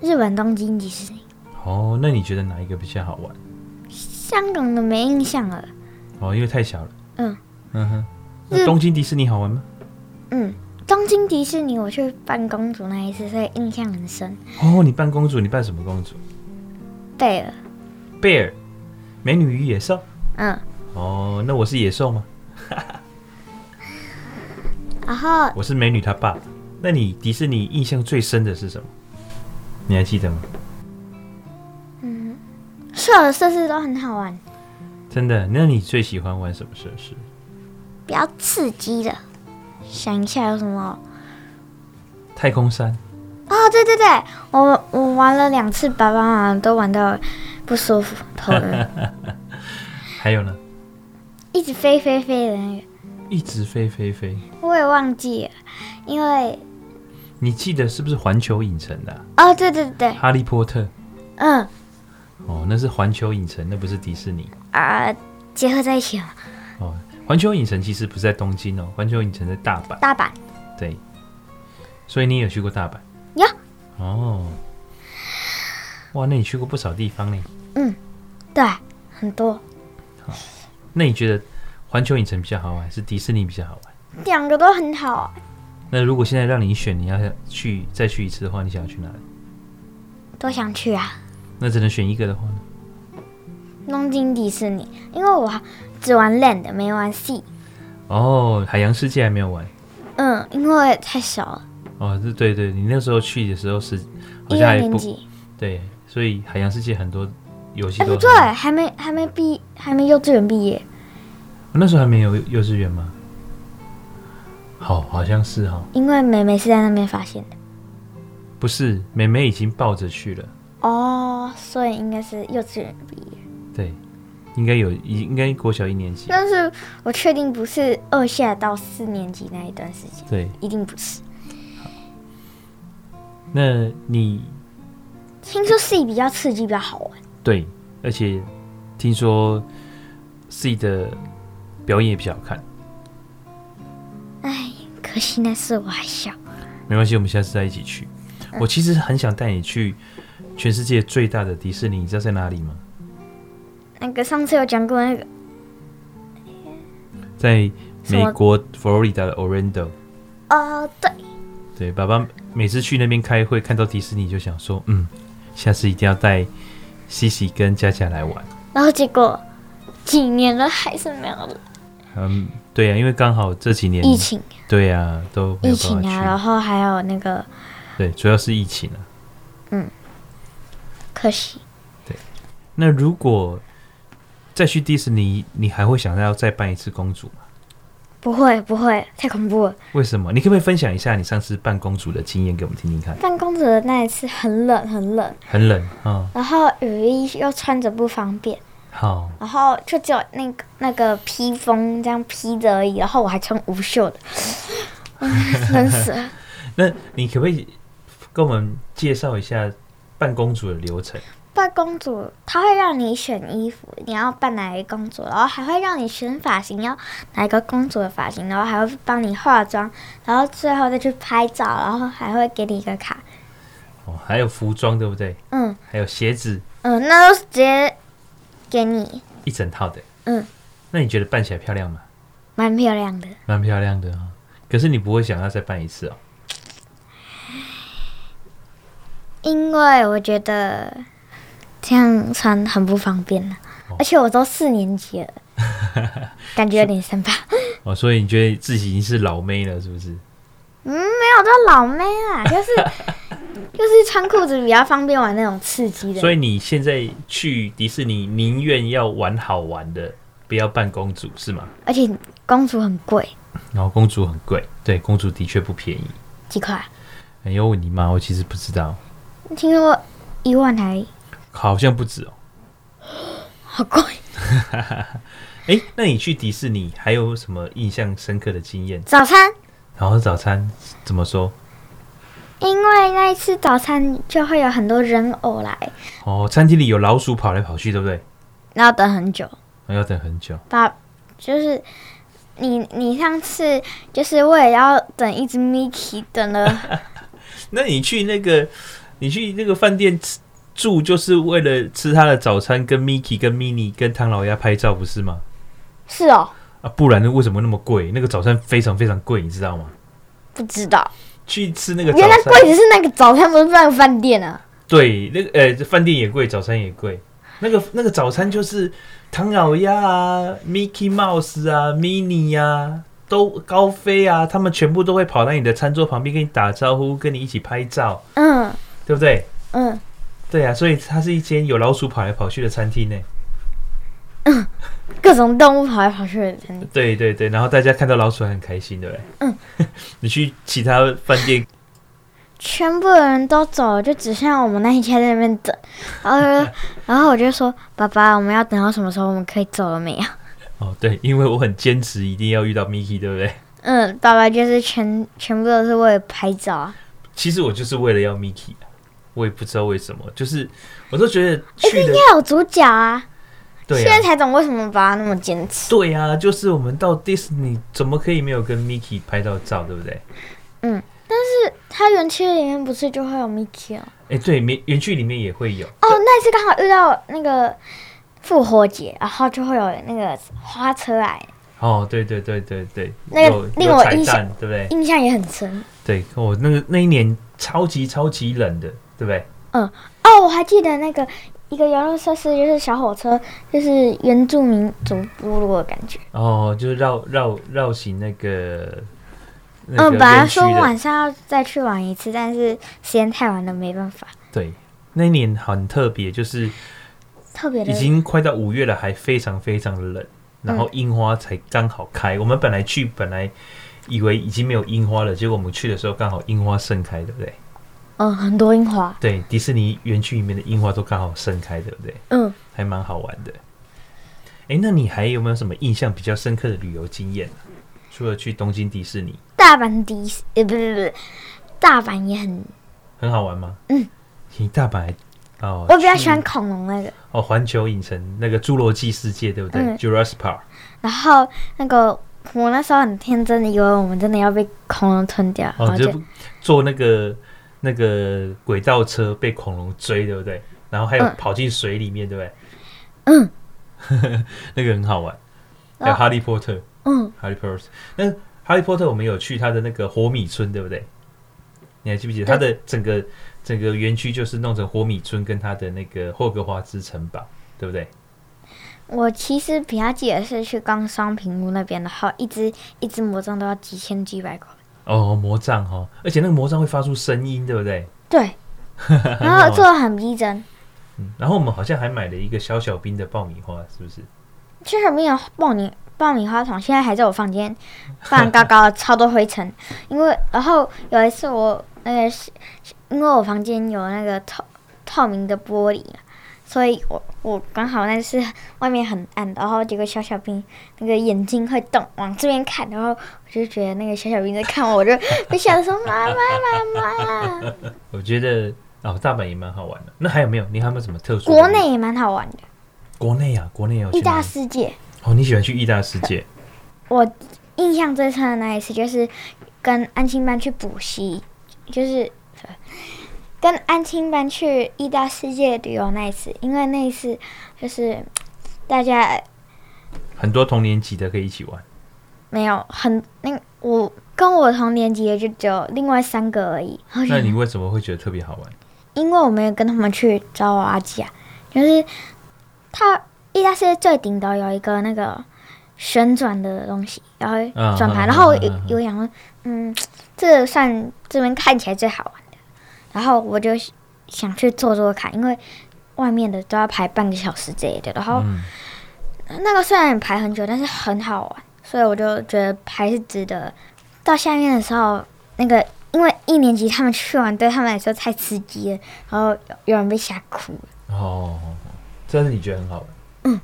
[SPEAKER 3] 日本东京迪士尼，
[SPEAKER 4] 哦，那你觉得哪一个比较好玩？
[SPEAKER 3] 香港的没印象了。
[SPEAKER 4] 哦，因为太小了。
[SPEAKER 3] 嗯
[SPEAKER 4] 嗯哼，
[SPEAKER 3] 日
[SPEAKER 4] 那东京迪士尼好玩吗？
[SPEAKER 3] 嗯，东京迪士尼我去扮公主那一次，所以印象很深。
[SPEAKER 4] 哦，你扮公主，你扮什么公主？
[SPEAKER 3] 贝尔，
[SPEAKER 4] 贝尔，美女与野兽。
[SPEAKER 3] 嗯，
[SPEAKER 4] 哦，那我是野兽吗？
[SPEAKER 3] 然后
[SPEAKER 4] 我是美女她爸。那你迪士尼印象最深的是什么？你还记得吗？
[SPEAKER 3] 所有的设施都很好玩，
[SPEAKER 4] 真的？那你最喜欢玩什么设施？
[SPEAKER 3] 比较刺激的。想一下有什么？
[SPEAKER 4] 太空山。
[SPEAKER 3] 哦，对对对，我我玩了两次，爸爸妈妈都玩到不舒服，头晕，
[SPEAKER 4] 还有呢？
[SPEAKER 3] 一直飞飞飞的那个，
[SPEAKER 4] 一直飞飞飞。
[SPEAKER 3] 我也忘记了，因为
[SPEAKER 4] 你记得是不是环球影城的啊、
[SPEAKER 3] 哦，对对对，
[SPEAKER 4] 哈利波特。
[SPEAKER 3] 嗯
[SPEAKER 4] 哦，那是环球影城，那不是迪士尼。
[SPEAKER 3] 啊、结合在一起了，
[SPEAKER 4] 哦，环球影城其实不在东京哦，环球影城在大阪。
[SPEAKER 3] 大阪
[SPEAKER 4] 对，所以你也有去过大阪？
[SPEAKER 3] 呀。
[SPEAKER 4] 哦，哇，那你去过不少地方呢。
[SPEAKER 3] 对很多，
[SPEAKER 4] 那你觉得环球影城比较好玩，还是迪士尼比较好玩？
[SPEAKER 3] 两个都很好啊，
[SPEAKER 4] 那如果现在让你选，你要去再去一次的话，你想要去哪里？
[SPEAKER 3] 都想去啊。
[SPEAKER 4] 那只能选一个的话呢？
[SPEAKER 3] 东京迪士尼，因为我只玩 Land 没玩 Sea，
[SPEAKER 4] 哦，海洋世界还没有玩
[SPEAKER 3] 嗯，因为太少了，
[SPEAKER 4] 哦，是对对，你那时候去的时候是好
[SPEAKER 3] 一
[SPEAKER 4] 像
[SPEAKER 3] 二
[SPEAKER 4] 还
[SPEAKER 3] 年
[SPEAKER 4] 不
[SPEAKER 3] 级，
[SPEAKER 4] 对，所以海洋世界很多游戏
[SPEAKER 3] 哎、
[SPEAKER 4] 都
[SPEAKER 3] 不
[SPEAKER 4] 还
[SPEAKER 3] 对，还没还没毕，还没幼稚园毕业，
[SPEAKER 4] 那时候还没有幼稚园吗？好，好像是哈、哦，
[SPEAKER 3] 因为妹妹是在那边发现的，
[SPEAKER 4] 不是，妹妹已经抱着去了，
[SPEAKER 3] 哦，所以应该是幼稚园毕业，
[SPEAKER 4] 对，应该有，已应该国小一年级，
[SPEAKER 3] 但是我确定不是二下到四年级那一段时间，
[SPEAKER 4] 对，
[SPEAKER 3] 一定不是。
[SPEAKER 4] 那你
[SPEAKER 3] 听说 C 比较刺激，比较好玩，
[SPEAKER 4] 对，而且听说 C 的表演也比较好看，
[SPEAKER 3] 哎，可惜那次我还小，
[SPEAKER 4] 没关系，我们下次再一起去。
[SPEAKER 3] 嗯
[SPEAKER 4] 我其实很想带你去全世界最大的迪士尼，你知道在哪里吗？
[SPEAKER 3] 那个上次有讲过那个
[SPEAKER 4] 在
[SPEAKER 3] 什
[SPEAKER 4] 美
[SPEAKER 3] 么
[SPEAKER 4] 国佛罗里达的 Orlando。
[SPEAKER 3] 哦，对，
[SPEAKER 4] 对，爸爸每次去那边开会，看到迪士尼就想说，嗯，下次一定要带西西跟佳佳来玩。
[SPEAKER 3] 然后结果几年了还是没有了
[SPEAKER 4] 嗯，对呀、因为刚好这几年
[SPEAKER 3] 疫，情，
[SPEAKER 4] 对呀、都
[SPEAKER 3] 疫
[SPEAKER 4] 没有办
[SPEAKER 3] 情
[SPEAKER 4] 法去。
[SPEAKER 3] 啊，然后还有那个
[SPEAKER 4] 对，主要是疫情啊。
[SPEAKER 3] 可惜，
[SPEAKER 4] 那如果再去迪士尼，你还会想要再扮一次公主吗？
[SPEAKER 3] 不会不会，太恐怖了。
[SPEAKER 4] 为什么？你可不可以分享一下你上次扮公主的经验给我们听听看？
[SPEAKER 3] 办公室的那一次很冷很冷，
[SPEAKER 4] 很冷啊、
[SPEAKER 3] 然后雨衣又穿着不方便，
[SPEAKER 4] 好，
[SPEAKER 3] 然后就只有那个那个披风这样披着而已，然后我还穿无袖的， [LAUGHS] 嗯冷死了。
[SPEAKER 4] 那你可不可以跟我们介绍一下扮公主的流程？
[SPEAKER 3] 扮公主，她会让你选衣服，你要扮哪一个公主，然后还会让你选发型，要哪一个公主的发型，然后还会帮你化妆，然后最后再去拍照，然后还会给你一个卡。
[SPEAKER 4] 哦，还有服装，对不对？
[SPEAKER 3] 嗯
[SPEAKER 4] 还有鞋子，
[SPEAKER 3] 嗯，那都是直接给你，
[SPEAKER 4] 一整套的。
[SPEAKER 3] 嗯，
[SPEAKER 4] 那你觉得扮起来漂亮吗？
[SPEAKER 3] 蛮漂亮的。
[SPEAKER 4] 蛮漂亮的哦。可是你不会想要再扮一次哦。
[SPEAKER 3] 因为我觉得这样穿很不方便了、
[SPEAKER 4] 哦
[SPEAKER 3] 而且我都四年级
[SPEAKER 4] [LAUGHS]
[SPEAKER 3] 了，感觉有点生怕。
[SPEAKER 4] 哦，所以你觉得自己已经是老妹了，是不是？
[SPEAKER 3] 嗯，没有到老妹
[SPEAKER 4] [LAUGHS]
[SPEAKER 3] 啦，就是就是穿裤子比较方便玩那种刺激的。
[SPEAKER 4] 所以你现在去迪士尼，宁愿要玩好玩的，不要扮公主，是吗？
[SPEAKER 3] 而且公主很贵，
[SPEAKER 4] 然后公主很贵，对，公主的确不便宜。
[SPEAKER 3] 几块啊？
[SPEAKER 4] 哎呦，你妈，我其实不知道，
[SPEAKER 3] 听说一万还
[SPEAKER 4] 好像不止哦。
[SPEAKER 3] 好贵。
[SPEAKER 4] 哎，那你去迪士尼还有什么印象深刻的经验？
[SPEAKER 3] 早餐，
[SPEAKER 4] 然后早餐怎么说？
[SPEAKER 3] 因为那一次早餐就会有很多人偶来，
[SPEAKER 4] 哦，餐厅里有老鼠跑来跑去，对不对？
[SPEAKER 3] 然后等很久。
[SPEAKER 4] 然后要等很久。
[SPEAKER 3] 把就是你你上次就是我也要等一只 Mickey 等
[SPEAKER 4] [LAUGHS]
[SPEAKER 3] 了
[SPEAKER 4] 那你去那个，你去那个饭店吃住，就是为了吃他的早餐，跟 Mickey、跟 Mini、跟唐老鸭拍照，不是吗？
[SPEAKER 3] 是哦，
[SPEAKER 4] 啊，不然为什么那么贵？那个早餐非常非常贵，你知道吗？
[SPEAKER 3] 不知道，
[SPEAKER 4] 去吃那个早
[SPEAKER 3] 原来柜
[SPEAKER 4] 餐，
[SPEAKER 3] 子是那个早餐，不是那个饭店啊。
[SPEAKER 4] 对，那个呃，饭店也贵，早餐也贵。那个那个早餐就是唐老鸭啊、Mickey Mouse 啊、Mini 啊，都高飞啊，他们全部都会跑到你的餐桌旁边跟你打招呼，跟你一起拍照，
[SPEAKER 3] 嗯
[SPEAKER 4] 对不对？
[SPEAKER 3] 嗯，
[SPEAKER 4] 对啊，所以它是一间有老鼠跑来跑去的餐厅呢。
[SPEAKER 3] 各种动物跑来跑去的餐厅，
[SPEAKER 4] 对对对，然后大家看到老鼠还很开心，对不对？
[SPEAKER 3] 嗯，
[SPEAKER 4] [LAUGHS] 你去其他饭店，
[SPEAKER 3] 全部的人都走了，就只剩下我们那一家在那边等。然后就然后我就说：“爸爸，我们要等到什么时候？我们可以走了没啊有
[SPEAKER 4] 哦，对，因为我很坚持一定要遇到 Miki，对不对？？”
[SPEAKER 3] [LAUGHS] 嗯，爸爸就是全全部都是为了拍照啊。
[SPEAKER 4] 其实我就是为了要 Miki，啊我也不知道为什么，就是我都觉得去的，
[SPEAKER 3] 要有主角啊！
[SPEAKER 4] 对
[SPEAKER 3] 现在
[SPEAKER 4] 啊，
[SPEAKER 3] 才懂为什么爸爸那么坚持。
[SPEAKER 4] 对啊，就是我们到 Disney 怎么可以没有跟 Miki 拍到照，对不对？
[SPEAKER 3] 它园区里面不是就会有 Mickey 哦？
[SPEAKER 4] 哎，对，园园区里面也会有，
[SPEAKER 3] 哦，那次刚好遇到那个复活节，然后就会有那个花车来，
[SPEAKER 4] 哦，对对对对对，
[SPEAKER 3] 那个
[SPEAKER 4] 有
[SPEAKER 3] 令
[SPEAKER 4] 有
[SPEAKER 3] 我
[SPEAKER 4] 彩
[SPEAKER 3] 印象
[SPEAKER 4] 蛋，对不对？
[SPEAKER 3] 印象也很深。
[SPEAKER 4] 对，我那个那一年超级超级冷的，对不对？
[SPEAKER 3] 哦，我还记得那个一个游乐设施，就是小火车，就是原住民族部落的感觉。
[SPEAKER 4] 哦，就是绕绕绕行那个，那
[SPEAKER 3] 嗯，
[SPEAKER 4] 个
[SPEAKER 3] 本来
[SPEAKER 4] 园区
[SPEAKER 3] 说
[SPEAKER 4] 的
[SPEAKER 3] 晚上要再去玩一次，但是时间太晚了，没办法。
[SPEAKER 4] 对，那一年很特别，就是
[SPEAKER 3] 特别的
[SPEAKER 4] 已，经快到五月了，还非常非常的冷，然后樱花才刚好开。我们本来去，本来以为已经没有樱花了，结果我们去的时候刚好樱花盛开，对不对？
[SPEAKER 3] 嗯，很多樱花。
[SPEAKER 4] 对，迪士尼园区里面的樱花都刚好盛开，对不对？
[SPEAKER 3] 嗯，
[SPEAKER 4] 还蛮好玩的。哎，那你还有没有什么印象比较深刻的旅游经验、啊？除了去东京迪士尼，
[SPEAKER 3] 大阪迪士，呃，不是不是，大阪也很，
[SPEAKER 4] 很好玩吗？
[SPEAKER 3] 嗯，
[SPEAKER 4] 你大阪还哦，
[SPEAKER 3] 我比较
[SPEAKER 4] 去
[SPEAKER 3] 喜欢恐龙那个，
[SPEAKER 4] 哦环球影城那个侏罗纪世界，对不对、
[SPEAKER 3] 嗯
[SPEAKER 4] j u r a s s i c Park。
[SPEAKER 3] 然后那个。我那时候很天真的以为我们真的要被恐龙吞掉，然
[SPEAKER 4] 哦，
[SPEAKER 3] 后
[SPEAKER 4] 就
[SPEAKER 3] 就
[SPEAKER 4] 不坐那个那个轨道车被恐龙追，对不对？然后还有
[SPEAKER 3] 嗯
[SPEAKER 4] 跑进水里面，对不对？
[SPEAKER 3] 嗯，
[SPEAKER 4] [LAUGHS] 那个很好玩。还有
[SPEAKER 3] 哦
[SPEAKER 4] 哈利波特，
[SPEAKER 3] 嗯，
[SPEAKER 4] 哈利波特，那哈利波特我们有去他的那个火米村，对不对？你还记不记得
[SPEAKER 3] 对
[SPEAKER 4] 他的整个整个园区就是弄成火米村跟他的那个霍格华兹城堡，对不对？
[SPEAKER 3] 我其实比较记得是去刚双屏屋那边，然后一只一只魔杖都要几千几
[SPEAKER 4] [LAUGHS]
[SPEAKER 3] 百块。
[SPEAKER 4] 哦，魔杖哈、哦，而且那个魔杖会发出声音，对不对？
[SPEAKER 3] 对，然
[SPEAKER 4] 很好
[SPEAKER 3] 后
[SPEAKER 4] 玩
[SPEAKER 3] 做的很逼真，
[SPEAKER 4] 嗯然后我们好像还买了一个小小兵的爆米花，是不是？
[SPEAKER 3] 确实没有爆米爆米花桶，现在还在我房间，放高高的超多灰尘。因为然后有一次我那个是，因为我房间有那个透透明的玻璃嘛，所以我我刚好那是外面很暗，然后结果小小兵那个眼睛会动，往这边看，然后我就觉得那个小小兵在看我，我就被吓得说妈妈妈妈。
[SPEAKER 4] 我觉得哦，大阪也蛮好玩的。那还有没有？你还有没有什么特殊的旅？
[SPEAKER 3] 国内也蛮好玩的，
[SPEAKER 4] 国内啊，国内有
[SPEAKER 3] 一
[SPEAKER 4] 去哪
[SPEAKER 3] 大
[SPEAKER 4] 里
[SPEAKER 3] 世界。
[SPEAKER 4] 哦，你喜欢去意大世界？
[SPEAKER 3] 我印象最深的那一次就是跟安亲班去补习，就是跟安亲班去意大世界旅游那一次，因为那一次就是大家
[SPEAKER 4] 很多同年级的可以一
[SPEAKER 3] [LAUGHS]
[SPEAKER 4] 起玩。
[SPEAKER 3] 没有很那我跟我同年级的就只有另外三个而已，然后就
[SPEAKER 4] 那你为什么会觉得特别好玩？
[SPEAKER 3] 因为我没有跟他们去找我阿姐、啊，就是他意大世界最顶头有一个那个旋转的东西，然后
[SPEAKER 4] 嗯
[SPEAKER 3] 转盘，
[SPEAKER 4] 嗯
[SPEAKER 3] 然后我
[SPEAKER 4] 嗯
[SPEAKER 3] 有
[SPEAKER 4] 嗯嗯
[SPEAKER 3] 有想说，嗯，这算这边看起来最好玩的，然后我就想去做做看，因为外面的都要排半个小时之类的，然后
[SPEAKER 4] 嗯，
[SPEAKER 3] 那个虽然排很久，但是很好玩，所以我就觉得还是值得。到下面的时候，那个因为一年级他们去玩，对他们来说太刺激了，然后有有人被吓哭了。
[SPEAKER 4] 哦，这是你觉得很好玩。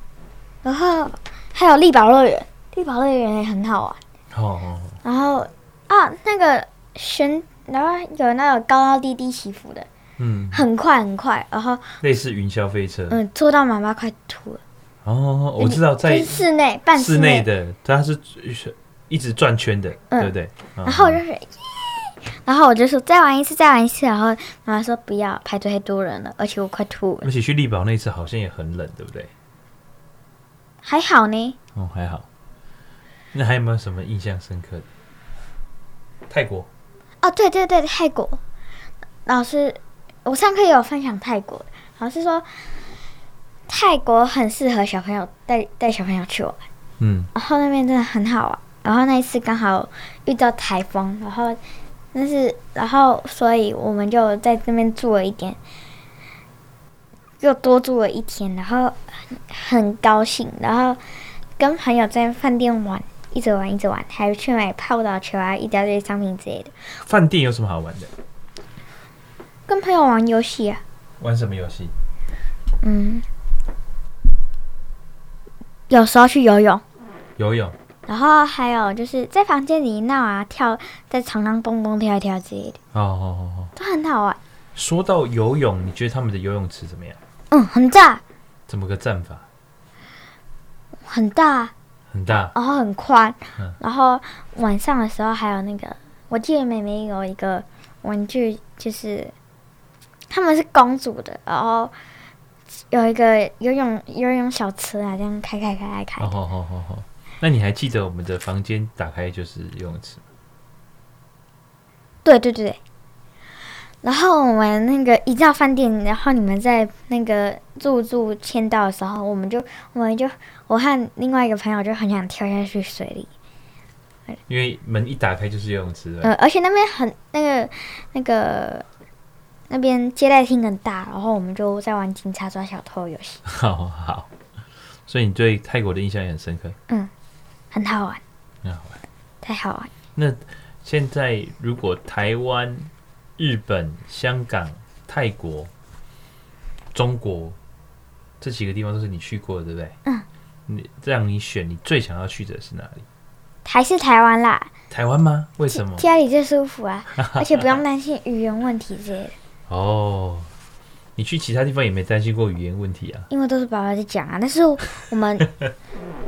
[SPEAKER 3] 然后还有力宝乐园，力宝乐园也很好玩。
[SPEAKER 4] 哦哦，哦
[SPEAKER 3] 然后啊，那个旋，然后有那种高高低低起伏的，
[SPEAKER 4] 嗯，
[SPEAKER 3] 很快很快。然后
[SPEAKER 4] 类似云霄飞车。
[SPEAKER 3] 嗯，坐到妈妈快吐了。
[SPEAKER 4] 哦，我知道
[SPEAKER 3] 就
[SPEAKER 4] 在
[SPEAKER 3] 是嗯室内，半
[SPEAKER 4] 室内
[SPEAKER 3] 内。
[SPEAKER 4] 的，它是一直转圈的，
[SPEAKER 3] 嗯
[SPEAKER 4] 对不哦对？然
[SPEAKER 3] 然后我就是耶，然后我就说再玩一次，再玩一次。然后妈妈说不要，排队太多人了，而且我快吐了
[SPEAKER 4] 而。且去力宝那次好像也很冷，对不对？
[SPEAKER 3] 还好呢，
[SPEAKER 4] 哦，还好。那还有没有什么印象深刻的？泰国
[SPEAKER 3] 哦，对对对，泰国老师，我上课也有分享泰国，老师说泰国很适合小朋友带带小朋友去玩，
[SPEAKER 4] 嗯，
[SPEAKER 3] 然后那边真的很好玩。然后那一次刚好遇到台风，然后但是然后所以我们就在那边住了一天，又多住了一天，然后很很高兴，然后跟朋友在饭店玩，一直玩一直玩，还去买泡澡球啊，一大堆商品之类的，
[SPEAKER 4] 饭店有什么好玩的？
[SPEAKER 3] 跟朋友玩游戏啊，
[SPEAKER 4] 玩什么游戏？
[SPEAKER 3] 嗯，有时候去游泳。
[SPEAKER 4] 游泳。
[SPEAKER 3] 然后还有就是在房间里闹啊跳，在床上蹦蹦跳跳之类的，
[SPEAKER 4] 哦哦哦哦。
[SPEAKER 3] 都很好玩。
[SPEAKER 4] 说到游泳，你觉得他们的游泳池怎么样？
[SPEAKER 3] 嗯，很大
[SPEAKER 4] 怎么个战法？
[SPEAKER 3] 很大，
[SPEAKER 4] 很大。
[SPEAKER 3] 然后很宽
[SPEAKER 4] 嗯，
[SPEAKER 3] 然后晚上的时候还有那个，我记得妹妹有一个玩具，就是他们是公主的，然后有一个游泳游泳小池啊，这样开开开开开。
[SPEAKER 4] 好好好好好。那你还记得我们的房间打开就是游泳池？
[SPEAKER 3] 对对对。对然后我们那个一到饭店，然后你们在那个入住签到的时候，我们就我们就我和另外一个朋友就很想跳下去水里，
[SPEAKER 4] 因为门一打开就是游泳池了。
[SPEAKER 3] 呃，而且那边很那个那个那边接待厅很大，然后我们就在玩警察抓小偷游
[SPEAKER 4] [LAUGHS]
[SPEAKER 3] 戏，
[SPEAKER 4] 好好，所以你对泰国的印象也很深刻。
[SPEAKER 3] 很好玩，
[SPEAKER 4] 那好玩。
[SPEAKER 3] 太好玩。
[SPEAKER 4] 那现在如果台湾、日本、香港、泰国、中国这几个地方都是你去过的，对不对？
[SPEAKER 3] 嗯。
[SPEAKER 4] 你让你选，你最想要去的是哪里？
[SPEAKER 3] 还是台湾啦，
[SPEAKER 4] 台湾吗？为什么？
[SPEAKER 3] 家里最舒服
[SPEAKER 4] [LAUGHS]
[SPEAKER 3] 啊，而且不用担心语言问题之类的，
[SPEAKER 4] 哦，你去其他地方也没担心过语言问题啊？
[SPEAKER 3] 因为都是爸爸在讲啊。但是我
[SPEAKER 4] [LAUGHS]
[SPEAKER 3] 们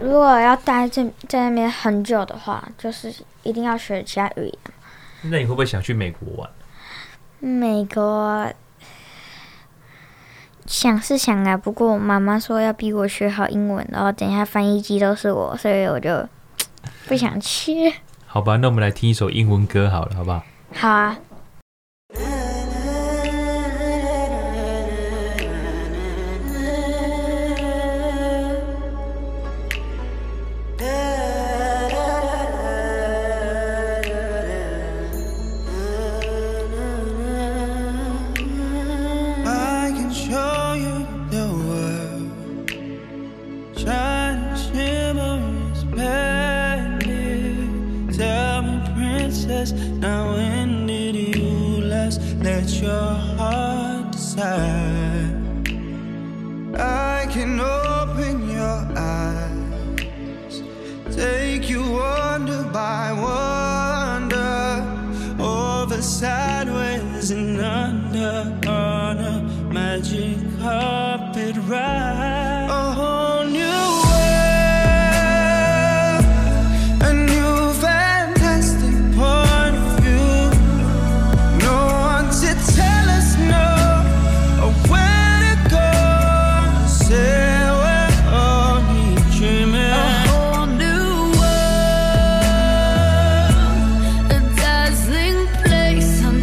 [SPEAKER 3] 如果要待在在那边很久的话，就是一定要学其他语言。
[SPEAKER 4] 那你会不会想去美国玩？
[SPEAKER 3] 美国想是想啊，不过我妈妈说要逼我学好英文，然后等一下翻译机都是我，所以我就不想去。
[SPEAKER 4] 好吧，那我们来听一首英文歌好了，好不好？
[SPEAKER 3] 好啊，
[SPEAKER 5] I can show you the world. Shine, shimmer, is splendid. Tell me, princess, now when did you last let your heart decide? I can open your eyes, take you wonder by wonder, over sideways and under on a magic carpet ride. A whole new world, a new fantastic point of view. No one to tell us no or where to go. Say we're only dreaming. A whole new world,
[SPEAKER 6] A dazzling place on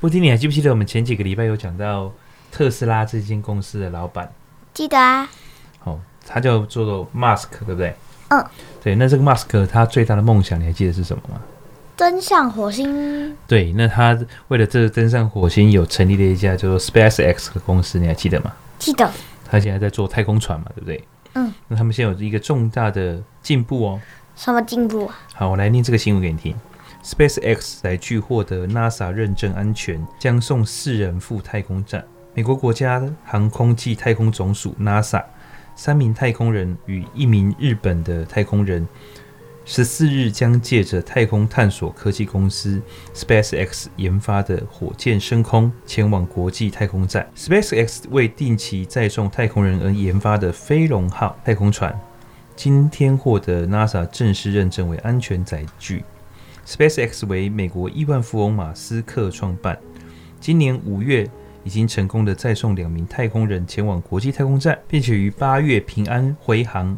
[SPEAKER 4] 布丁，你还记不记得我们前几个礼拜有讲到特斯拉这间公司的老板？
[SPEAKER 3] 记得啊，
[SPEAKER 4] 哦，他叫做 Musk，对不对？
[SPEAKER 3] 嗯，
[SPEAKER 4] 对。那这个 Musk 他最大的梦想，你还记得是什么吗？
[SPEAKER 3] 登上火星
[SPEAKER 4] 对，那他为了这登上火星，有成立了一家叫做 SpaceX 的公司，你还记得吗？
[SPEAKER 3] 记得
[SPEAKER 4] 他现在在做太空船嘛，对不对？
[SPEAKER 3] 嗯。
[SPEAKER 4] 那他们现在有一个重大的进步哦。
[SPEAKER 3] 什么进步啊？
[SPEAKER 4] 好，我来念这个新闻给你听。SpaceX 载具获得 NASA 认证安全，将送四人赴太空站。美国国家航空暨太空总署 （NASA） 三名太空人与一名日本的太空人，十四日将借着太空探索科技公司 SpaceX 研发的火箭升空，前往国际太空站。SpaceX 为定期载送太空人而研发的飞龙号太空船，今天获得 NASA 正式认证为安全载具。SpaceX 为美国亿万富翁马斯克创办，今年五月已经成功的载送两名太空人前往国际太空站，并且于八月平安回航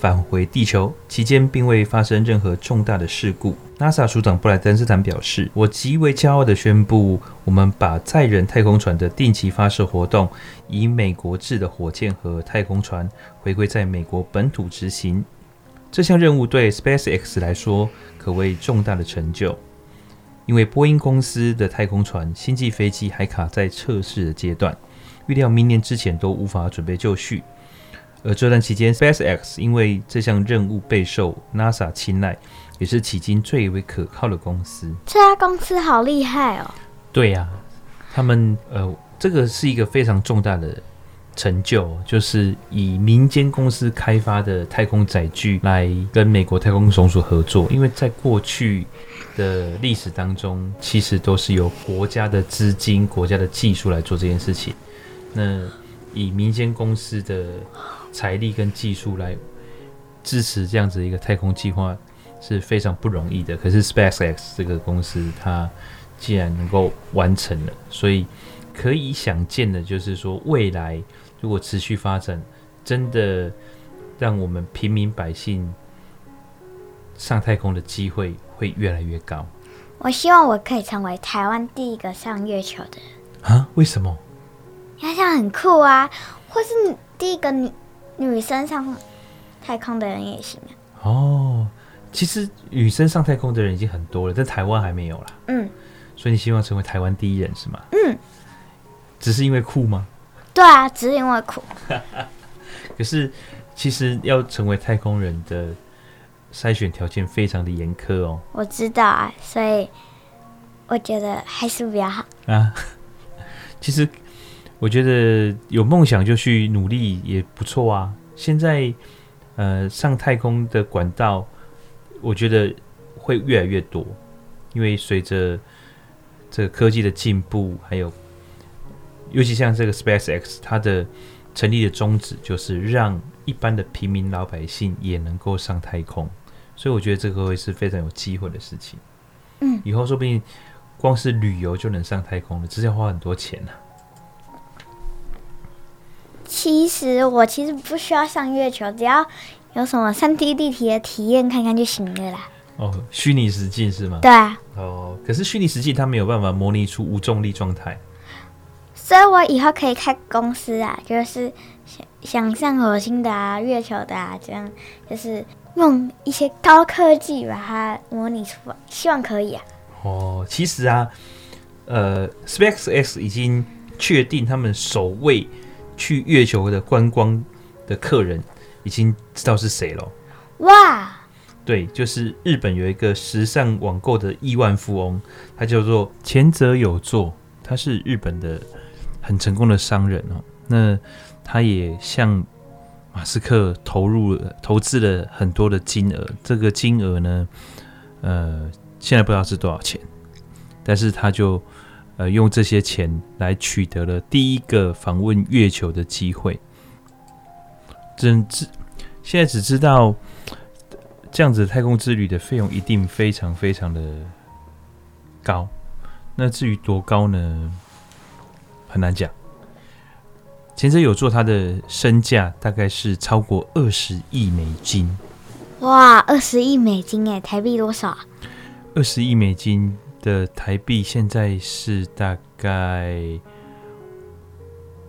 [SPEAKER 4] 返回地球，期间并未发生任何重大的事故。NASA 署长布莱登斯坦表示：“我极为骄傲地宣布，我们把载人太空船的定期发射活动，以美国制的火箭和太空船回归在美国本土执行。这项任务对 SpaceX 来说可谓重大的成就，因为波音公司的太空船星际飞机还卡在测试的阶段，预料明年之前都无法准备就绪。而这段期间，SpaceX 因为这项任务备受 NASA 青睐，也是迄今最为可靠的公司。
[SPEAKER 3] 这家公司好厉害哦！
[SPEAKER 4] 对呀、他们呃，这个是一个非常重大的成就，就是以民间公司开发的太空载具来跟美国太空总署合作，因为在过去的历史当中，其实都是由国家的资金、国家的技术来做这件事情。那以民间公司的财力跟技术来支持这样子一个太空计划是非常不容易的。可是 SpaceX 这个公司，它既然能够完成了，所以可以想见的就是说，未来如果持续发展，真的让我们平民百姓上太空的机会会越来越高
[SPEAKER 3] 我希望我可以成为台湾第一个上月球的人，
[SPEAKER 4] 啊？为什么？
[SPEAKER 3] 你想很酷啊！或是你第一个女女生上太空的人也行啊。
[SPEAKER 4] 哦，其实女生上太空的人已经很多了，但台湾还没有啦。
[SPEAKER 3] 嗯，
[SPEAKER 4] 所以你希望成为台湾第一人是吗？
[SPEAKER 3] 嗯，
[SPEAKER 4] 只是因为酷吗？
[SPEAKER 3] 对啊，只是因为酷。
[SPEAKER 4] 可是其实要成为太空人的筛选条件非常的严苛哦。
[SPEAKER 3] 我知道啊，所以我觉得还是比较好。
[SPEAKER 4] 啊， [LAUGHS] 其实我觉得有梦想就去努力也不错啊。现在呃，上太空的管道，我觉得会越来越多，因为随着这个科技的进步，还有尤其像这个 SpaceX，它的成立的宗旨就是让一般的平民老百姓也能够上太空，所以我觉得这个会是非常有机会的事情。
[SPEAKER 3] 嗯，
[SPEAKER 4] 以后说不定光是旅游就能上太空了，只是要花很多钱啊。
[SPEAKER 3] 其实我其实不需要上月球，只要有什么三 D 立体的体验看看就行了啦。
[SPEAKER 4] 哦，虚拟实境是吗？
[SPEAKER 3] 对啊，
[SPEAKER 4] 哦，可是虚拟实境它没有办法模拟出无重力状态。
[SPEAKER 3] 所以我以后可以开公司啊，就是想想上火星的啊、月球的啊，这样就是用一些高科技把它模拟出来，希望可以啊。
[SPEAKER 4] 哦，其实啊，呃，SpaceX 已经确定他们首位去月球的观光的客人已经知道是谁了。
[SPEAKER 3] 哇，
[SPEAKER 4] 对，就是日本有一个时尚网购的亿万富翁，他叫做前泽有作，他是日本的很成功的商人哦。那他也向马斯克投入了投资了很多的金额，这个金额呢，呃，现在不知道是多少钱，但是他就呃用这些钱来取得了第一个访问月球的机会。只知现在只知道这样子太空之旅的费用一定非常非常的高。那至于多高呢，很难讲。前者有做他的身价大概是超过二十亿美金，
[SPEAKER 3] 哇，二十亿美金哎，台币多少啊？
[SPEAKER 4] 二十亿美金的台币现在是大概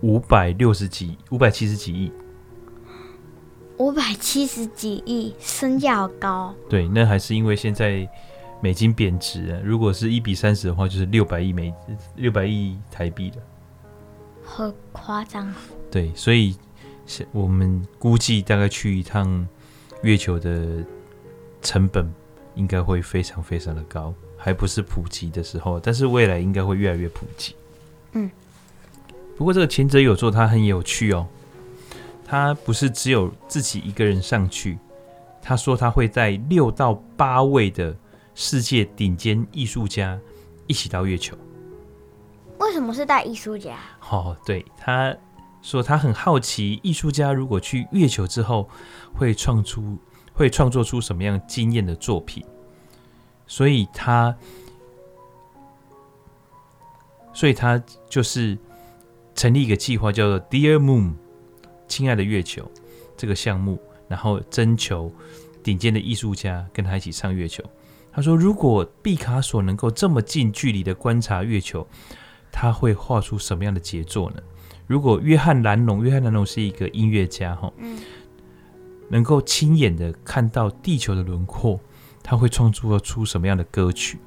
[SPEAKER 4] 五百六十几、五百七十几亿。
[SPEAKER 3] 五百七十几亿，身价好高。
[SPEAKER 4] 对，那还是因为现在美金贬值啊。如果是一比三十的话，就是六百亿美六百亿台币的。
[SPEAKER 3] 好夸张哦！
[SPEAKER 4] 对，所以是我们估计大概去一趟月球的成本应该会非常非常的高，还不是普及的时候，但是未来应该会越来越普及。
[SPEAKER 3] 嗯，
[SPEAKER 4] 不过这个前者有座它很有趣哦，他不是只有自己一个人上去，他说他会带六到八位的世界顶尖艺术家一起到月球。
[SPEAKER 3] 为什么是带艺术家？
[SPEAKER 4] 哦，对，他说他很好奇，艺术家如果去月球之后，会创出会创作出什么样惊艳的作品，所以他，所以他就是成立一个计划，叫做 Dear Moon，亲爱的月球这个项目，然后征求顶尖的艺术家跟他一起上月球。他说，如果毕卡索能够这么近距离的观察月球，他会画出什么样的杰作呢？如果约翰·兰农，约翰·兰农是一个音乐家，哈，
[SPEAKER 3] 嗯
[SPEAKER 4] 能够亲眼的看到地球的轮廓，他会创作出什么样的歌曲？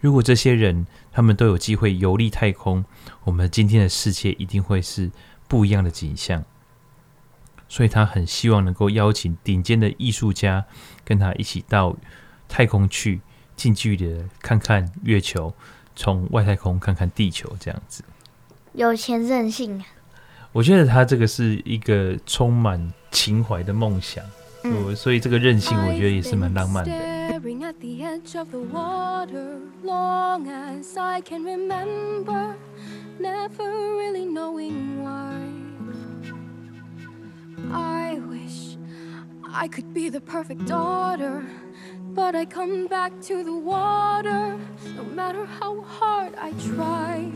[SPEAKER 4] 如果这些人他们都有机会游历太空，我们今天的世界一定会是不一样的景象。所以他很希望能够邀请顶尖的艺术家跟他一起到太空去，近距离的看看月球，从外太空看看地球这样子。
[SPEAKER 3] 有钱任性啊！
[SPEAKER 4] 我觉得他这个是一个充满情怀的梦想，
[SPEAKER 3] 嗯
[SPEAKER 4] 我所以这个任性我觉得也是蛮浪漫的。
[SPEAKER 6] Staring at the edge of the water, long as I can remember, never really knowing why. I wish I could be the perfect daughter, but I come back to the water, no matter how hard I try.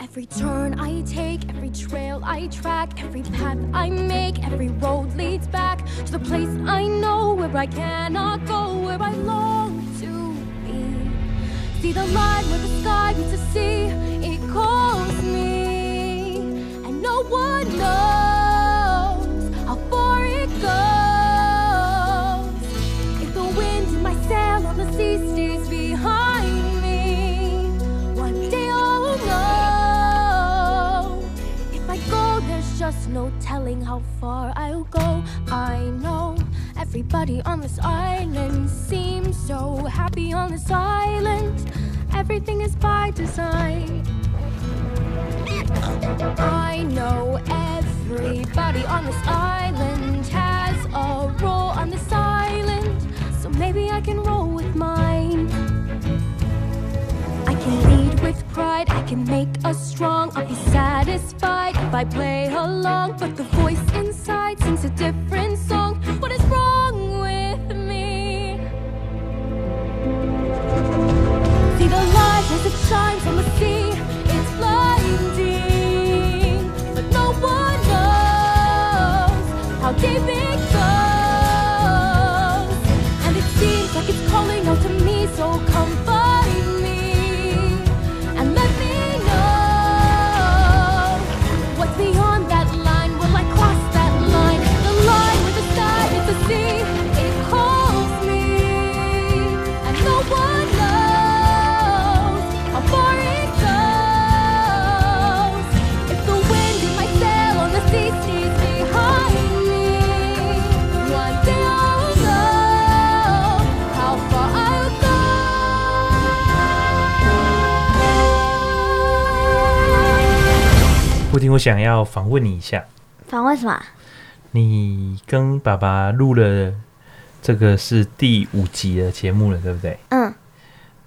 [SPEAKER 6] Every turn I take, every trail I track, every path I make, every road leads back to the place I know where I cannot go, where I long to be. See the line where the sky meets the sea, it calls me, and no one knows how far it goes. If the wind in my sail on the sea stays behind me, one day I'll know. If I go, there's just no telling how far I'll go. I know everybody on this island seems so happy on this island. Everything is by design. I know everybody on this island has a role on this island, so maybe I can roll with mine. I can lead with pride, I can make us strong. I'll be satisfied if I play along. But the voice inside sings a different song. What is wrong with me? See the light as it shines on the sea. It's blinding, but no one knows how deep it goes. And it seems like it's calling out to me, so come find me and let me know. What's beyond that line? Will I cross that line? The line with the sky is the sea. It calls me, and no one knows how far it goes. If the wind in my sail on the sea stays behind me, one day I'll know how far I'll go. Thank you.
[SPEAKER 4] 布丁，我想要访问你一下，
[SPEAKER 3] 访问什么啊？
[SPEAKER 4] 你跟爸爸录了这个是第五集的节目了，对不对？
[SPEAKER 3] 嗯，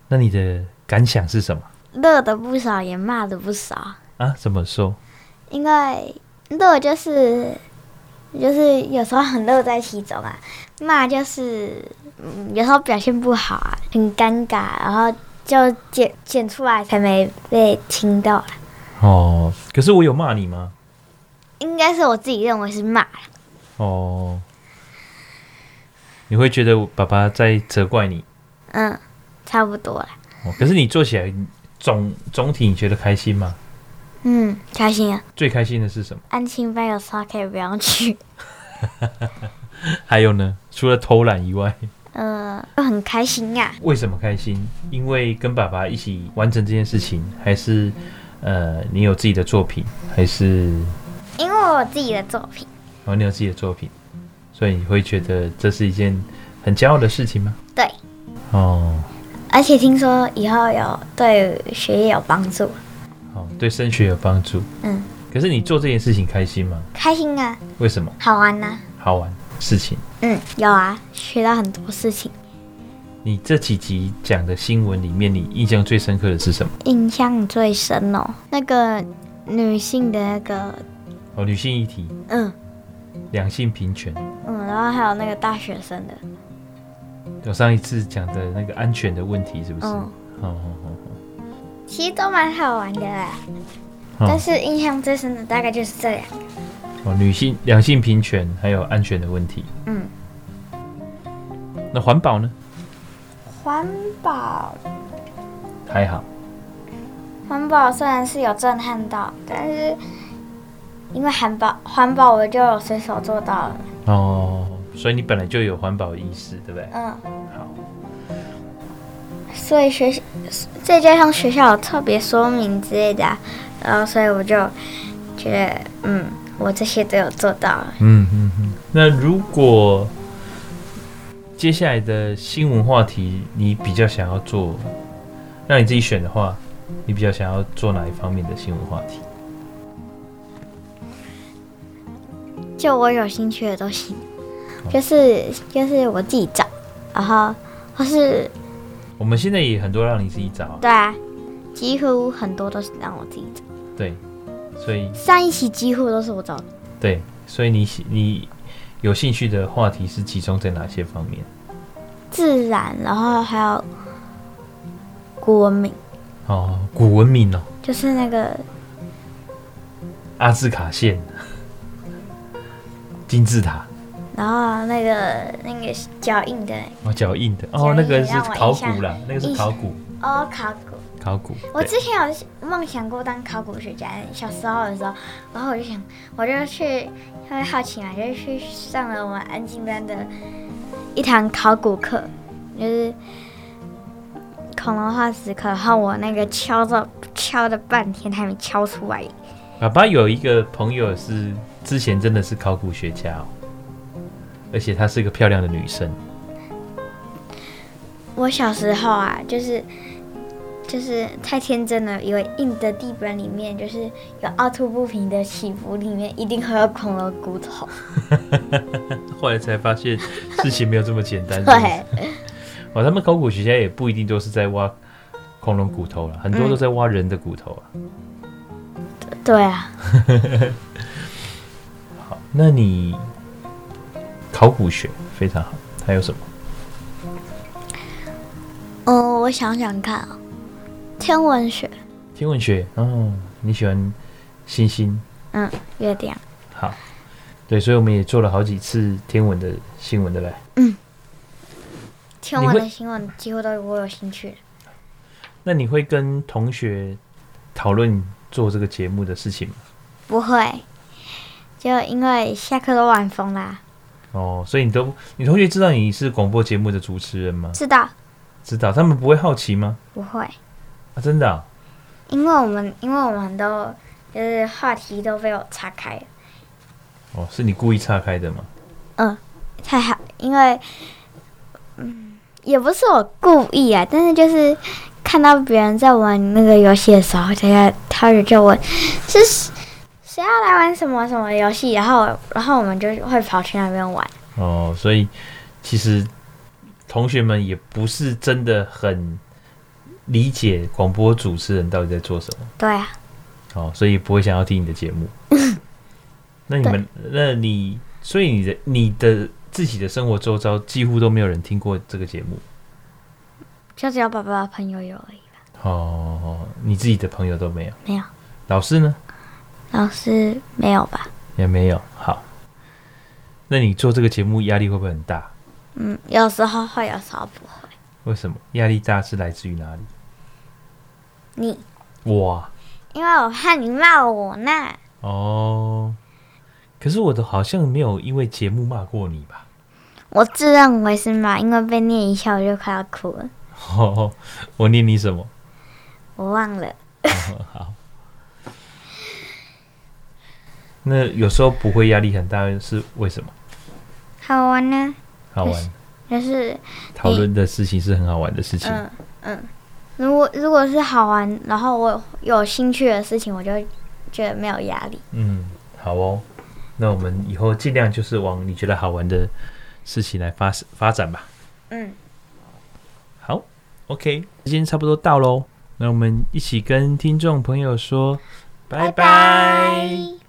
[SPEAKER 4] 那你的感想是什么
[SPEAKER 3] 乐的不少，也骂的不少。
[SPEAKER 4] 啊？怎么说？
[SPEAKER 3] 因为乐就是就是有时候很乐在其中啊，骂就是嗯有时候表现不好啊，很尴尬，然后就剪剪出来才没被听到啦。啊
[SPEAKER 4] 哦，可是我有骂你吗？
[SPEAKER 3] 应该是我自己认为是骂啦，
[SPEAKER 4] 哦，你会觉得我爸爸在责怪你？
[SPEAKER 3] 嗯，差不多了。
[SPEAKER 4] 哦，可是你做起来总总体你觉得开心吗？
[SPEAKER 3] 嗯，开心啊！
[SPEAKER 4] 最开心的是什么？
[SPEAKER 3] 安亲班有时候可以不用去，
[SPEAKER 4] 还有呢？除了偷懒以外，
[SPEAKER 3] 呃，就很开心啊呀、
[SPEAKER 4] 为什么开心？因为跟爸爸一起完成这件事情，还是呃，你有自己的作品，还是
[SPEAKER 3] 因为我有自己的作品，
[SPEAKER 4] 哦，你有自己的作品，所以你会觉得这是一件很骄傲的事情吗？
[SPEAKER 3] 对，
[SPEAKER 4] 哦，
[SPEAKER 3] 而且听说以后有对学业有帮助，
[SPEAKER 4] 好，对升学有帮助。
[SPEAKER 3] 嗯，
[SPEAKER 4] 可是你做这件事情开心吗？
[SPEAKER 3] 开心啊，
[SPEAKER 4] 为什么？
[SPEAKER 3] 好玩呐、
[SPEAKER 4] 好玩事情。
[SPEAKER 3] 嗯，有啊，学到很多事情。
[SPEAKER 4] 你这几集讲的新闻里面，你印象最深刻的是什么？
[SPEAKER 3] 印象最深哦，那个女性的那个，
[SPEAKER 4] 哦，女性议题、
[SPEAKER 3] 嗯
[SPEAKER 4] 两性平权。
[SPEAKER 3] 嗯，然后还有那个大学生的，
[SPEAKER 4] 我上一次讲的那个安全的问题，是不是？
[SPEAKER 3] 嗯，
[SPEAKER 4] 哦哦哦
[SPEAKER 3] 其实都蛮好玩的啦。
[SPEAKER 4] 哦
[SPEAKER 3] 但是印象最深的大概就是这两个。
[SPEAKER 4] 哦，女性两性平权还有安全的问题。
[SPEAKER 3] 嗯，
[SPEAKER 4] 那环保呢？
[SPEAKER 3] 环保，
[SPEAKER 4] 还好。
[SPEAKER 3] 环保虽然是有震撼到，但是因为环保，环保我就有随手做到了。
[SPEAKER 4] 哦，所以你本来就有环保意识，对不对？
[SPEAKER 3] 嗯，
[SPEAKER 4] 好，
[SPEAKER 3] 所以学校呃再加上学校有特别说明之类的啊、然后所以我就觉得，嗯，我这些都有做到了。
[SPEAKER 4] 嗯嗯嗯。那如果接下来的新闻话题，你比较想要做，让你自己选的话，你比较想要做哪一方面的新闻话题？
[SPEAKER 3] 就我有兴趣的都行，就是就是我自己找，然后或是
[SPEAKER 4] 我们现在也很多让你自己找，
[SPEAKER 3] 对啊，几乎很多都是让我自己找。
[SPEAKER 4] 对，所以
[SPEAKER 3] 上一期几乎都是我找的，
[SPEAKER 4] 对，所以你喜你有兴趣的话题是集中在哪些方面？
[SPEAKER 3] 自然，然后还有古文明，
[SPEAKER 4] 哦，古文明哦，
[SPEAKER 3] 就是那个
[SPEAKER 4] 阿兹卡线、 [LAUGHS] 金字塔，
[SPEAKER 3] 然后那个那个脚印的
[SPEAKER 4] 哦，脚印的，
[SPEAKER 3] 脚
[SPEAKER 4] 哦，
[SPEAKER 3] 印
[SPEAKER 4] 那个是
[SPEAKER 3] 让我
[SPEAKER 4] 考
[SPEAKER 3] 印象
[SPEAKER 4] 古啦，那个是
[SPEAKER 3] 印
[SPEAKER 4] 考
[SPEAKER 3] 象
[SPEAKER 4] 古，
[SPEAKER 3] 哦，考古。
[SPEAKER 4] 考古。
[SPEAKER 3] 我
[SPEAKER 4] 对
[SPEAKER 3] 之前有梦想过当考古学家，小时候的时候，然后我就想，我就去，因为好奇嘛，就去上了我们安静班的一堂考古课，就是恐龙化石课，然后我那个敲着敲了半天还没敲出来，
[SPEAKER 4] 爸爸有一个朋友是之前真的是考古学家哦，而且她是一个漂亮的女生。
[SPEAKER 3] 我小时候啊，就是就是太天真了，以为硬的地板里面就是有凹凸不平的起伏，里面一定会有恐龙骨头。
[SPEAKER 4] 后来才发现事情没有这么简
[SPEAKER 3] [LAUGHS]
[SPEAKER 4] 单。是不是
[SPEAKER 3] 对，
[SPEAKER 4] 哦，他们考古学家也不一定都是在挖恐龙骨头了，很多都在挖人的骨头啊。
[SPEAKER 3] 对啊，
[SPEAKER 4] 好，那你考古学非常好，还有什么？
[SPEAKER 3] 嗯，我想想看啊、天文学、
[SPEAKER 4] 天文学哦，你喜欢星星？
[SPEAKER 3] 嗯月亮，
[SPEAKER 4] 好，对，所以我们也做了好几次天文的新闻，对不对？
[SPEAKER 3] 天文的新闻几乎都我有兴趣。
[SPEAKER 4] 那你会跟同学讨论做这个节目的事情吗？
[SPEAKER 3] 不会，就因为下课都晚风啦。
[SPEAKER 4] 哦，所以你都你同学知道你是广播节目的主持人吗？
[SPEAKER 3] 知道？
[SPEAKER 4] 知道，他们不会好奇吗？
[SPEAKER 3] 不会，
[SPEAKER 4] 啊，真的啊、
[SPEAKER 3] 因为我们因为我们都就是话题都被我岔开了。
[SPEAKER 4] 哦，是你故意岔开的吗？
[SPEAKER 3] 太好，因为嗯，也不是我故意啊，但是就是看到别人在玩那个游戏的时候，他要他就就问是谁谁要来玩什么什么游戏，然后然后我们就会跑去那边玩。
[SPEAKER 4] 哦，所以其实同学们也不是真的很理解广播主持人到底在做什么，
[SPEAKER 3] 对啊，
[SPEAKER 4] 哦，所以不会想要听你的节
[SPEAKER 3] [LAUGHS]
[SPEAKER 4] 目。那你们，那你，所以你的你的自己的生活周遭几乎都没有人听过这个节目，
[SPEAKER 3] 就只有爸爸的朋友有而已。
[SPEAKER 4] 哦，你自己的朋友都没有，
[SPEAKER 3] 没有，
[SPEAKER 4] 老师呢
[SPEAKER 3] 老师没有吧？
[SPEAKER 4] 也没有。好，那你做这个节目压力会不会很大？
[SPEAKER 3] 嗯，有时候会，有时候不会。
[SPEAKER 4] 为什么压力大是来自于哪里？
[SPEAKER 3] 你，
[SPEAKER 4] 哇
[SPEAKER 3] 因为我怕你骂我呢。
[SPEAKER 4] 哦，可是我的好像没有因为节目骂过你吧？ [LAUGHS]
[SPEAKER 3] 我自认为是骂，因为被念一下我就快要哭了，
[SPEAKER 4] 哦，我念你什么？ [LAUGHS]
[SPEAKER 3] 我忘了。
[SPEAKER 4] 好。那有时候不会压力很大是为什么？
[SPEAKER 3] 好玩呢，
[SPEAKER 4] 好玩，
[SPEAKER 3] 就是
[SPEAKER 4] 讨论的事情是很好玩的事情。
[SPEAKER 3] 嗯嗯，如果如果是好玩，然后我有兴趣的事情，我就觉得没有压力。
[SPEAKER 4] 嗯，好哦。那我们以后尽量就是往你觉得好玩的事情来发发展吧。
[SPEAKER 3] 嗯，
[SPEAKER 4] 好，OK，时间差不多到喽。那我们一起跟听众朋友说拜拜
[SPEAKER 3] 拜拜